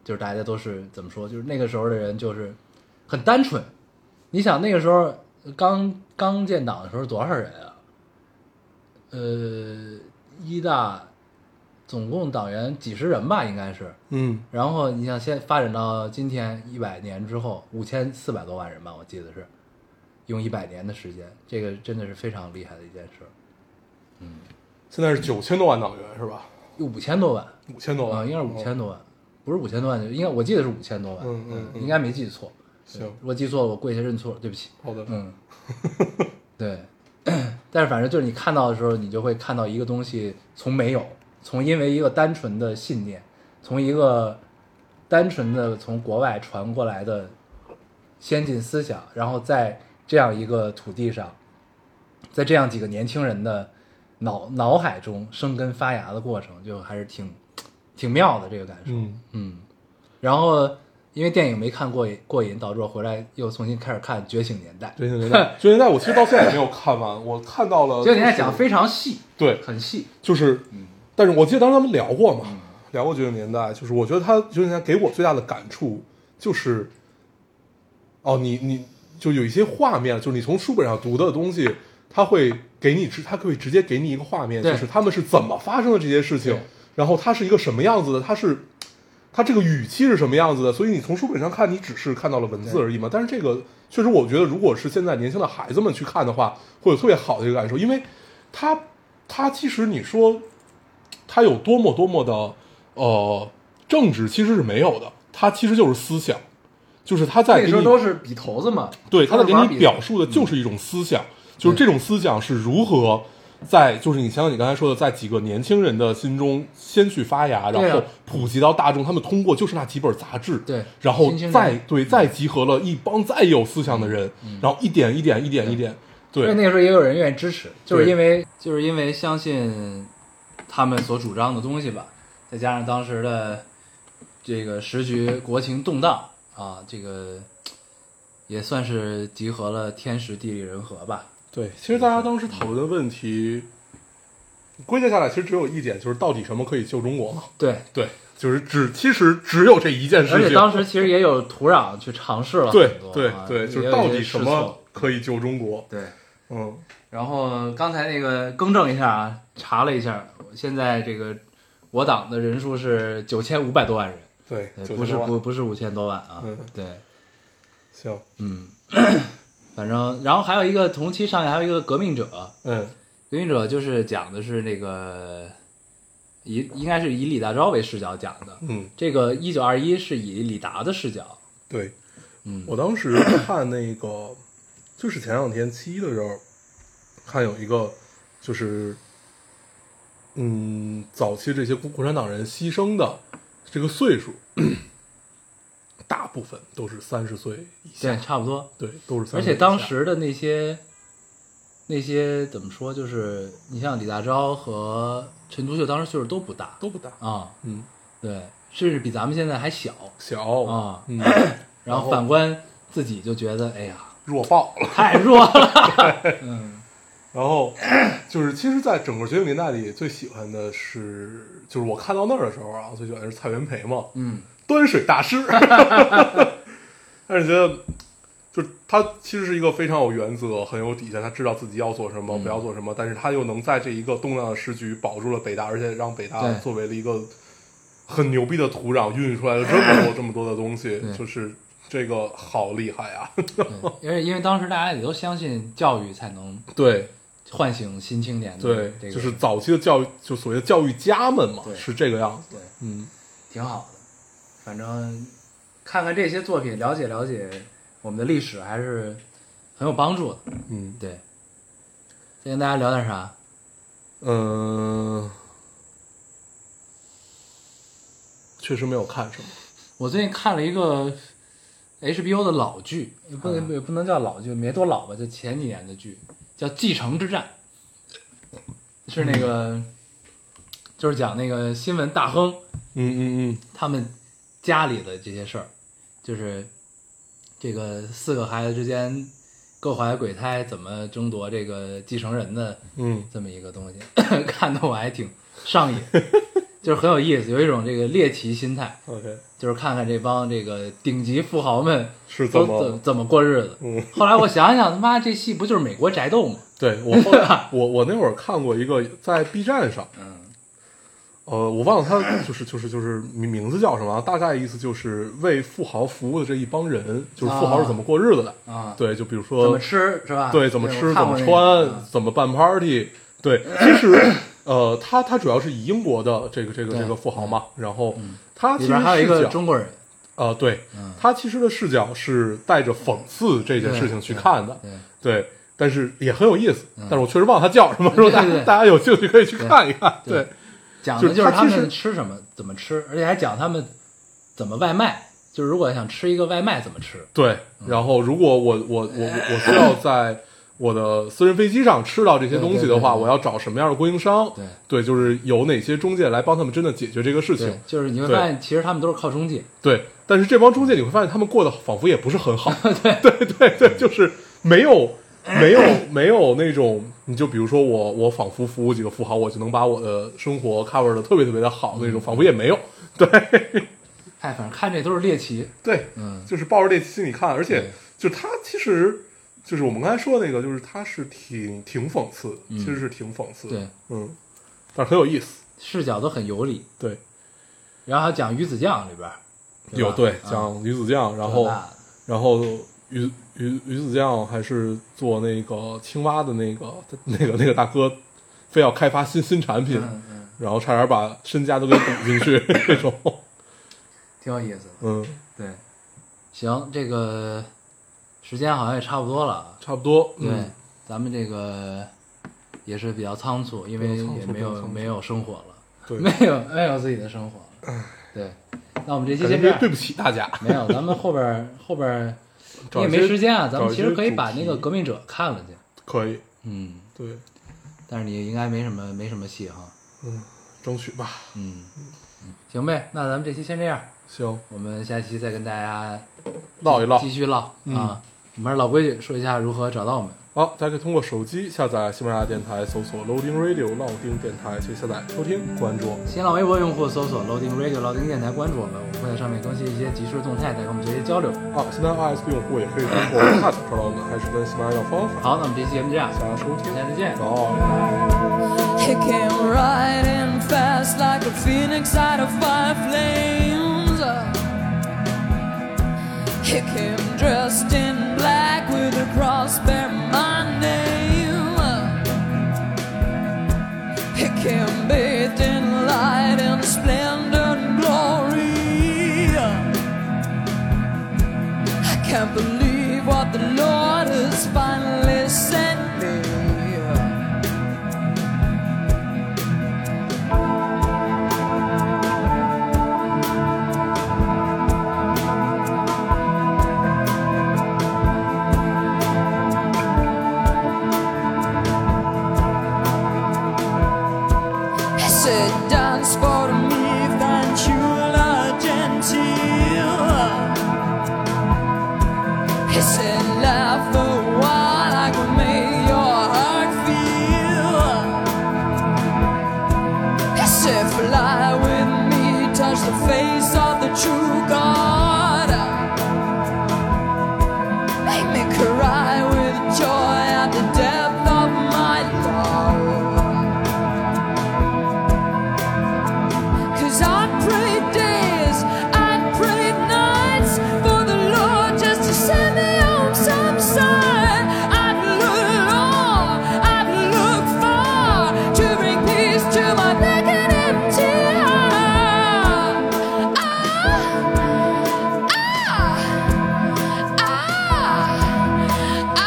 A: 就是大家都是怎么说，就是那个时候的人就是很单纯。你想那个时候刚刚建党的时候多少人啊？呃，一大总共党员几十人吧，应该是。
C: 嗯
A: 然后你想先发展到今天一百年之后，五千四百多万人吧，我记得是，用一百年的时间，这个真的是非常厉害的一件事儿，
C: 现在是九千多万党员是吧？
A: 有五千多万
C: 五千多
A: 啊，
C: 万，哦
A: 应该是五千多万，不是五千多万，应该我记得是五千多万，
C: 嗯嗯嗯
A: 应该没记错，对
C: 行，
A: 如果记错了我跪下认错，对不起，
C: 好的，
A: 嗯， 对，但是反正就是你看到的时候，你就会看到一个东西从没有，从因为一个单纯的信念，从一个单纯的从国外传过来的先进思想，然后在这样一个土地上，在这样几个年轻人的脑脑海中生根发芽的过程，就还是挺挺妙的这个感受。
C: 嗯
A: 嗯，然后因为电影没看过瘾过瘾，导致我回来又重新开始看《觉醒年代》。
C: 觉醒年 代，觉醒年代，我其实到现在也没有看完，我看到了，
A: 《觉醒年代》讲得非常细，
C: 对，
A: 很细。
C: 就是，
A: 嗯
C: 但是我记得当时咱们聊过嘛，聊过《觉醒年代》，就是我觉得他《觉醒年代》给我最大的感触就是，哦，你你就有一些画面，就是你从书本上读的东西，他会给你直，他会直接给你一个画面，
A: 对
C: 就是他们是怎么发生的这些事情
A: 对，
C: 然后它是一个什么样子的，它是。它这个语气是什么样子的？所以你从书本上看，你只是看到了文字
A: 对
C: 而已嘛。但是这个确实，我觉得如果是现在年轻的孩子们去看的话，会有特别好的一个感受，因为它它其实你说它有多么多么的呃政治其实是没有的，它其实就是思想，就是他在
A: 那
C: 给
A: 时
C: 你
A: 候都是笔头子嘛，
C: 对他在
A: 都
C: 给
A: 是玩
C: 你
A: 笔
C: 表述的就是一种思想，就是这种思想是如何在就是你像你刚才说的，在几个年轻人的心中先去发芽，
A: 对
C: 然
A: 啊
C: 后普及到大众。他们通过就是那几本杂志，
A: 对
C: 然后
A: 新嗯兴人
C: 再对再集合了一帮再有思想的人，
A: 嗯
C: 然后一点一点一点一点，
A: 因为
C: 对
A: 那个时候也有人愿意支持，就是
C: 对
A: 因为就是因为相信他们所主张的东西吧，再加上当时的这个时局国情动荡啊，这个也算是集合了天时地利人和吧。
C: 对。其实大家当时讨论的问题，归结下来其实只有一点，就是到底什么可以救中国嘛？
A: 对，
C: 对，就是只其实只有这一件事
A: 而且
C: 情。
A: 当时其实也有土壤去尝试了
C: 对
A: 很多，
C: 对
A: 啊
C: 对，
A: 也
C: 就是
A: 有一
C: 到
A: 些
C: 底
A: 试
C: 什么
A: 错
C: 可以救中国？
A: 对。
C: 嗯，
A: 然后刚才那个更正一下啊，查了一下，现在这个我党的人数是九千五百多万人。
C: 对
A: 对，
C: 就
A: 不是
C: 这么
A: 不不是五千多万啊，
C: 嗯
A: 对，
C: 行，
A: 嗯， 反正然后还有一个同期上映还有一个革命者，
C: 嗯
A: 革命者就是讲的是那个以应该是以李大钊为视角讲的，
C: 嗯，
A: 这个一九二一是以李达的视角，
C: 对，
A: 嗯
C: 我当时看那个，就是前两天七一的时候，看有一个就是，嗯，早期这些共共产党人牺牲的这个岁数，大部分都是三十岁以
A: 对，
C: 下，
A: 差不多，
C: 对，都是30岁
A: 而
C: 以下。
A: 且当时的那些那些怎么说，就是你像李大钊和陈独秀当时岁数都不大
C: 都不大，
A: 啊，
C: 嗯，
A: 对，甚至比咱们现在还小
C: 小
A: 啊，
C: 嗯，
A: 然后
C: 后
A: 反观自己就觉得，哎 呀。
C: 弱爆了。
A: 太弱了。 嗯，
C: 然后就是，其实，在整个九零年代里，最喜欢的是，就是我看到那儿的时候啊，最喜欢的是蔡元培嘛，
A: 嗯，
C: 端水大师， 但是觉得就是他其实是一个非常有原则、很有底线，他知道自己要做什么，
A: 嗯
C: 不要做什么，但是他又能在这一个动荡的时局保住了北大，而且让北大
A: 对
C: 作为了一个很牛逼的土壤孕育出来了这么 多这么多的东西
A: 对，
C: 就是这个好厉害啊！
A: 对，因为因为当时大家也都相信教育才能
C: 对
A: 唤醒新青年的
C: 对，
A: 这个
C: 嗯就是早期的教育，就所谓的教育家们嘛
A: 对，
C: 是这个样子。
A: 对，
C: 嗯，
A: 挺好的。反正看看这些作品，了解了解我们的历史，还是很有帮助的。
C: 嗯，
A: 对，再跟大家聊点啥？
C: 嗯，确实没有看什么。
A: 我最近看了一个 HBO 的老剧，也不能、也不能叫老剧，没多老吧，就前几年的剧，叫《继承之战》，是那个，就是讲那个新闻大亨
C: 嗯嗯
A: 他们家里的这些事儿，就是这个四个孩子之间各怀鬼胎，怎么争夺这个继承人的
C: 嗯
A: 这么一个东西， 看得我还挺上瘾，就是很有意思，有一种这个猎奇心态。
C: 嗯，OK，
A: 就是看看这帮这个顶级富豪们
C: 是这
A: 都怎
C: 么
A: 怎么过日子。
C: 嗯，
A: 后来我想想，他妈这戏不就是美国宅斗吗？
C: 对我后来我我那会儿看过一个在 B 站上，
A: 嗯，
C: 呃，我忘了他就是就是就是名名字叫什么，啊大概意思就是为富豪服务的这一帮人，就是富豪是怎么过日子的。
A: 啊，
C: 对，就比如
A: 怎么
C: 说
A: 吃是吧？
C: 对怎么
A: 对
C: 吃、
A: 我
C: 怎
A: 啊看过
C: 么
A: 那个
C: 穿、怎么办 party，对，其实呃，他他主要是以英国的这个这个
A: 对
C: 这个富豪嘛，然后他
A: 嗯
C: 其
A: 里
C: 实
A: 边还有一
C: 视
A: 个
C: 角
A: 中国人，
C: 呃，对
A: 嗯，
C: 他其实的视角是带着讽刺这件
A: 对
C: 事情去
A: 对
C: 看的，
A: 对，
C: 对，但是也很有意思。
A: 嗯
C: 但是我确实忘了他叫什么，说大
A: 对对
C: 家大家有兴趣可以去看一看。
A: 对
C: 对，
A: 讲
C: 就
A: 的
C: 是
A: 就是
C: 他
A: 他
C: 其
A: 们
C: 实
A: 吃什么，怎么吃，而且还讲他们怎么外卖，就是如果想吃一个外卖怎么吃。
C: 对。
A: 嗯
C: 然后如果我我我我需要在我的私人飞机上吃到这些东西的话，
A: 对对对对
C: 我要找什么样的供应商？
A: 对
C: 对，就是有哪些中介来帮他们真的解决这个事
A: 对
C: 情？，
A: 就是你会
C: 对
A: 发现，其实他们都是靠中介。
C: 对，但是这帮中介你会发现他们过得仿佛也不是很好。 对对对对，就是没有没有没有那种，你就比如说我我仿佛服务几个富豪，我就能把我的生活 cover 的特别特别的好那种，仿佛也没有。对
A: 哎，反正看这都是猎奇。
C: 对，
A: 嗯，
C: 就是抱着这心理看，而且
A: 对
C: 就是他其实就是我们刚才说的那个，就是他是挺挺讽刺的，
A: 嗯
C: 其实是挺讽刺的。
A: 对，
C: 嗯，但是很有意思。
A: 视角都很有理。
C: 对，
A: 然后还讲鱼子酱里边儿，
C: 有
A: 吧
C: 对嗯
A: 啊
C: 讲鱼子酱，然
A: 这
C: 后
A: 那的
C: 然后鱼鱼鱼子酱还是做那个青蛙的那个 那个那个大哥，非要开发新新产品，
A: 嗯嗯，
C: 然后差点把身家都给赌进 去这种。
A: 挺有意思的。
C: 嗯，
A: 对，行，这个时间好像也差不多了啊。
C: 差不多。
A: 对，
C: 嗯，
A: 咱们这个也是比较仓促，因为
C: 比较仓促
A: 也没
C: 比较
A: 有
C: 仓促
A: 没有生活了，
C: 对
A: 没有没有自己的生活了，对。那我们这期
C: 感觉
A: 先这样，
C: 对不起大家。
A: 没有，咱们后边儿后边儿你
C: 找
A: 也
C: 一
A: 没
C: 些
A: 时间啊，咱们
C: 找一
A: 其
C: 些
A: 实可以把
C: 主
A: 那个《
C: 题
A: 革命者》看了去，
C: 可以，
A: 嗯，
C: 对，
A: 但是你应该没什么没什么戏哈，
C: 嗯，争取吧。
A: 嗯，行呗，那咱们这期先这样，
C: 行，
A: 我们下期再跟大家
C: 唠一唠嗯
A: 继。续唠、啊。我们还是老规矩，说一下如何找到我们。
C: 好，大家可以通过手机下载喜马拉雅电台，搜索 Loading Radio 老丁电台去下载收听，关注我们。
A: 新浪微博用户搜索 Loading Radio 老丁电台，关注我们，我们会在上面更新一些即时动态，再跟我们做一些交流。
C: 啊，现在 iOS 用户也可以通过 Podcast 找到我们，还是跟喜马拉雅要方法。
A: 好，那我们这期节目这样，
C: 大家收听，
A: 下次见。
C: 早安。
D: He came riding fast like a phoenix out of fire flames. He came dressed in black with a cross bearing my name. He came bathed in light and splendor and glory. I can't believe what the Lord has finally sent me. I said, dance for me, Ventula Gentile. He said, laugh for a while, I can make your heart feel. He said, fly with me, touch the face of the true God. Make me cry with joy at the depth of my love. Cause I prayed days, I prayed nights for the Lord just to send me on some sign. I'd look long, I'd look far to bring peace to my black and empty heart. Ah, ah, ah, ah, ah, ah. Ah.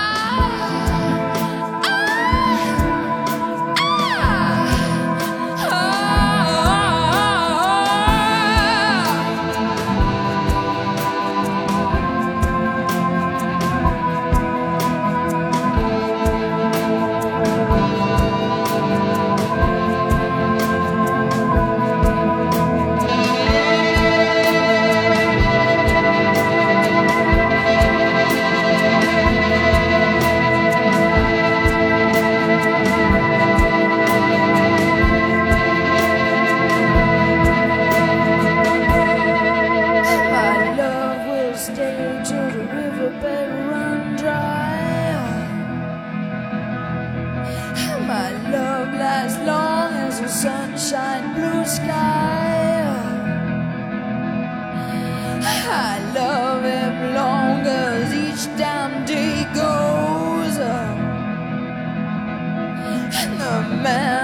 D: My love will stay till the riverbed run dry. My love lasts long as the sunshine blue sky. I love him long as each damn day goes. And the man Ah.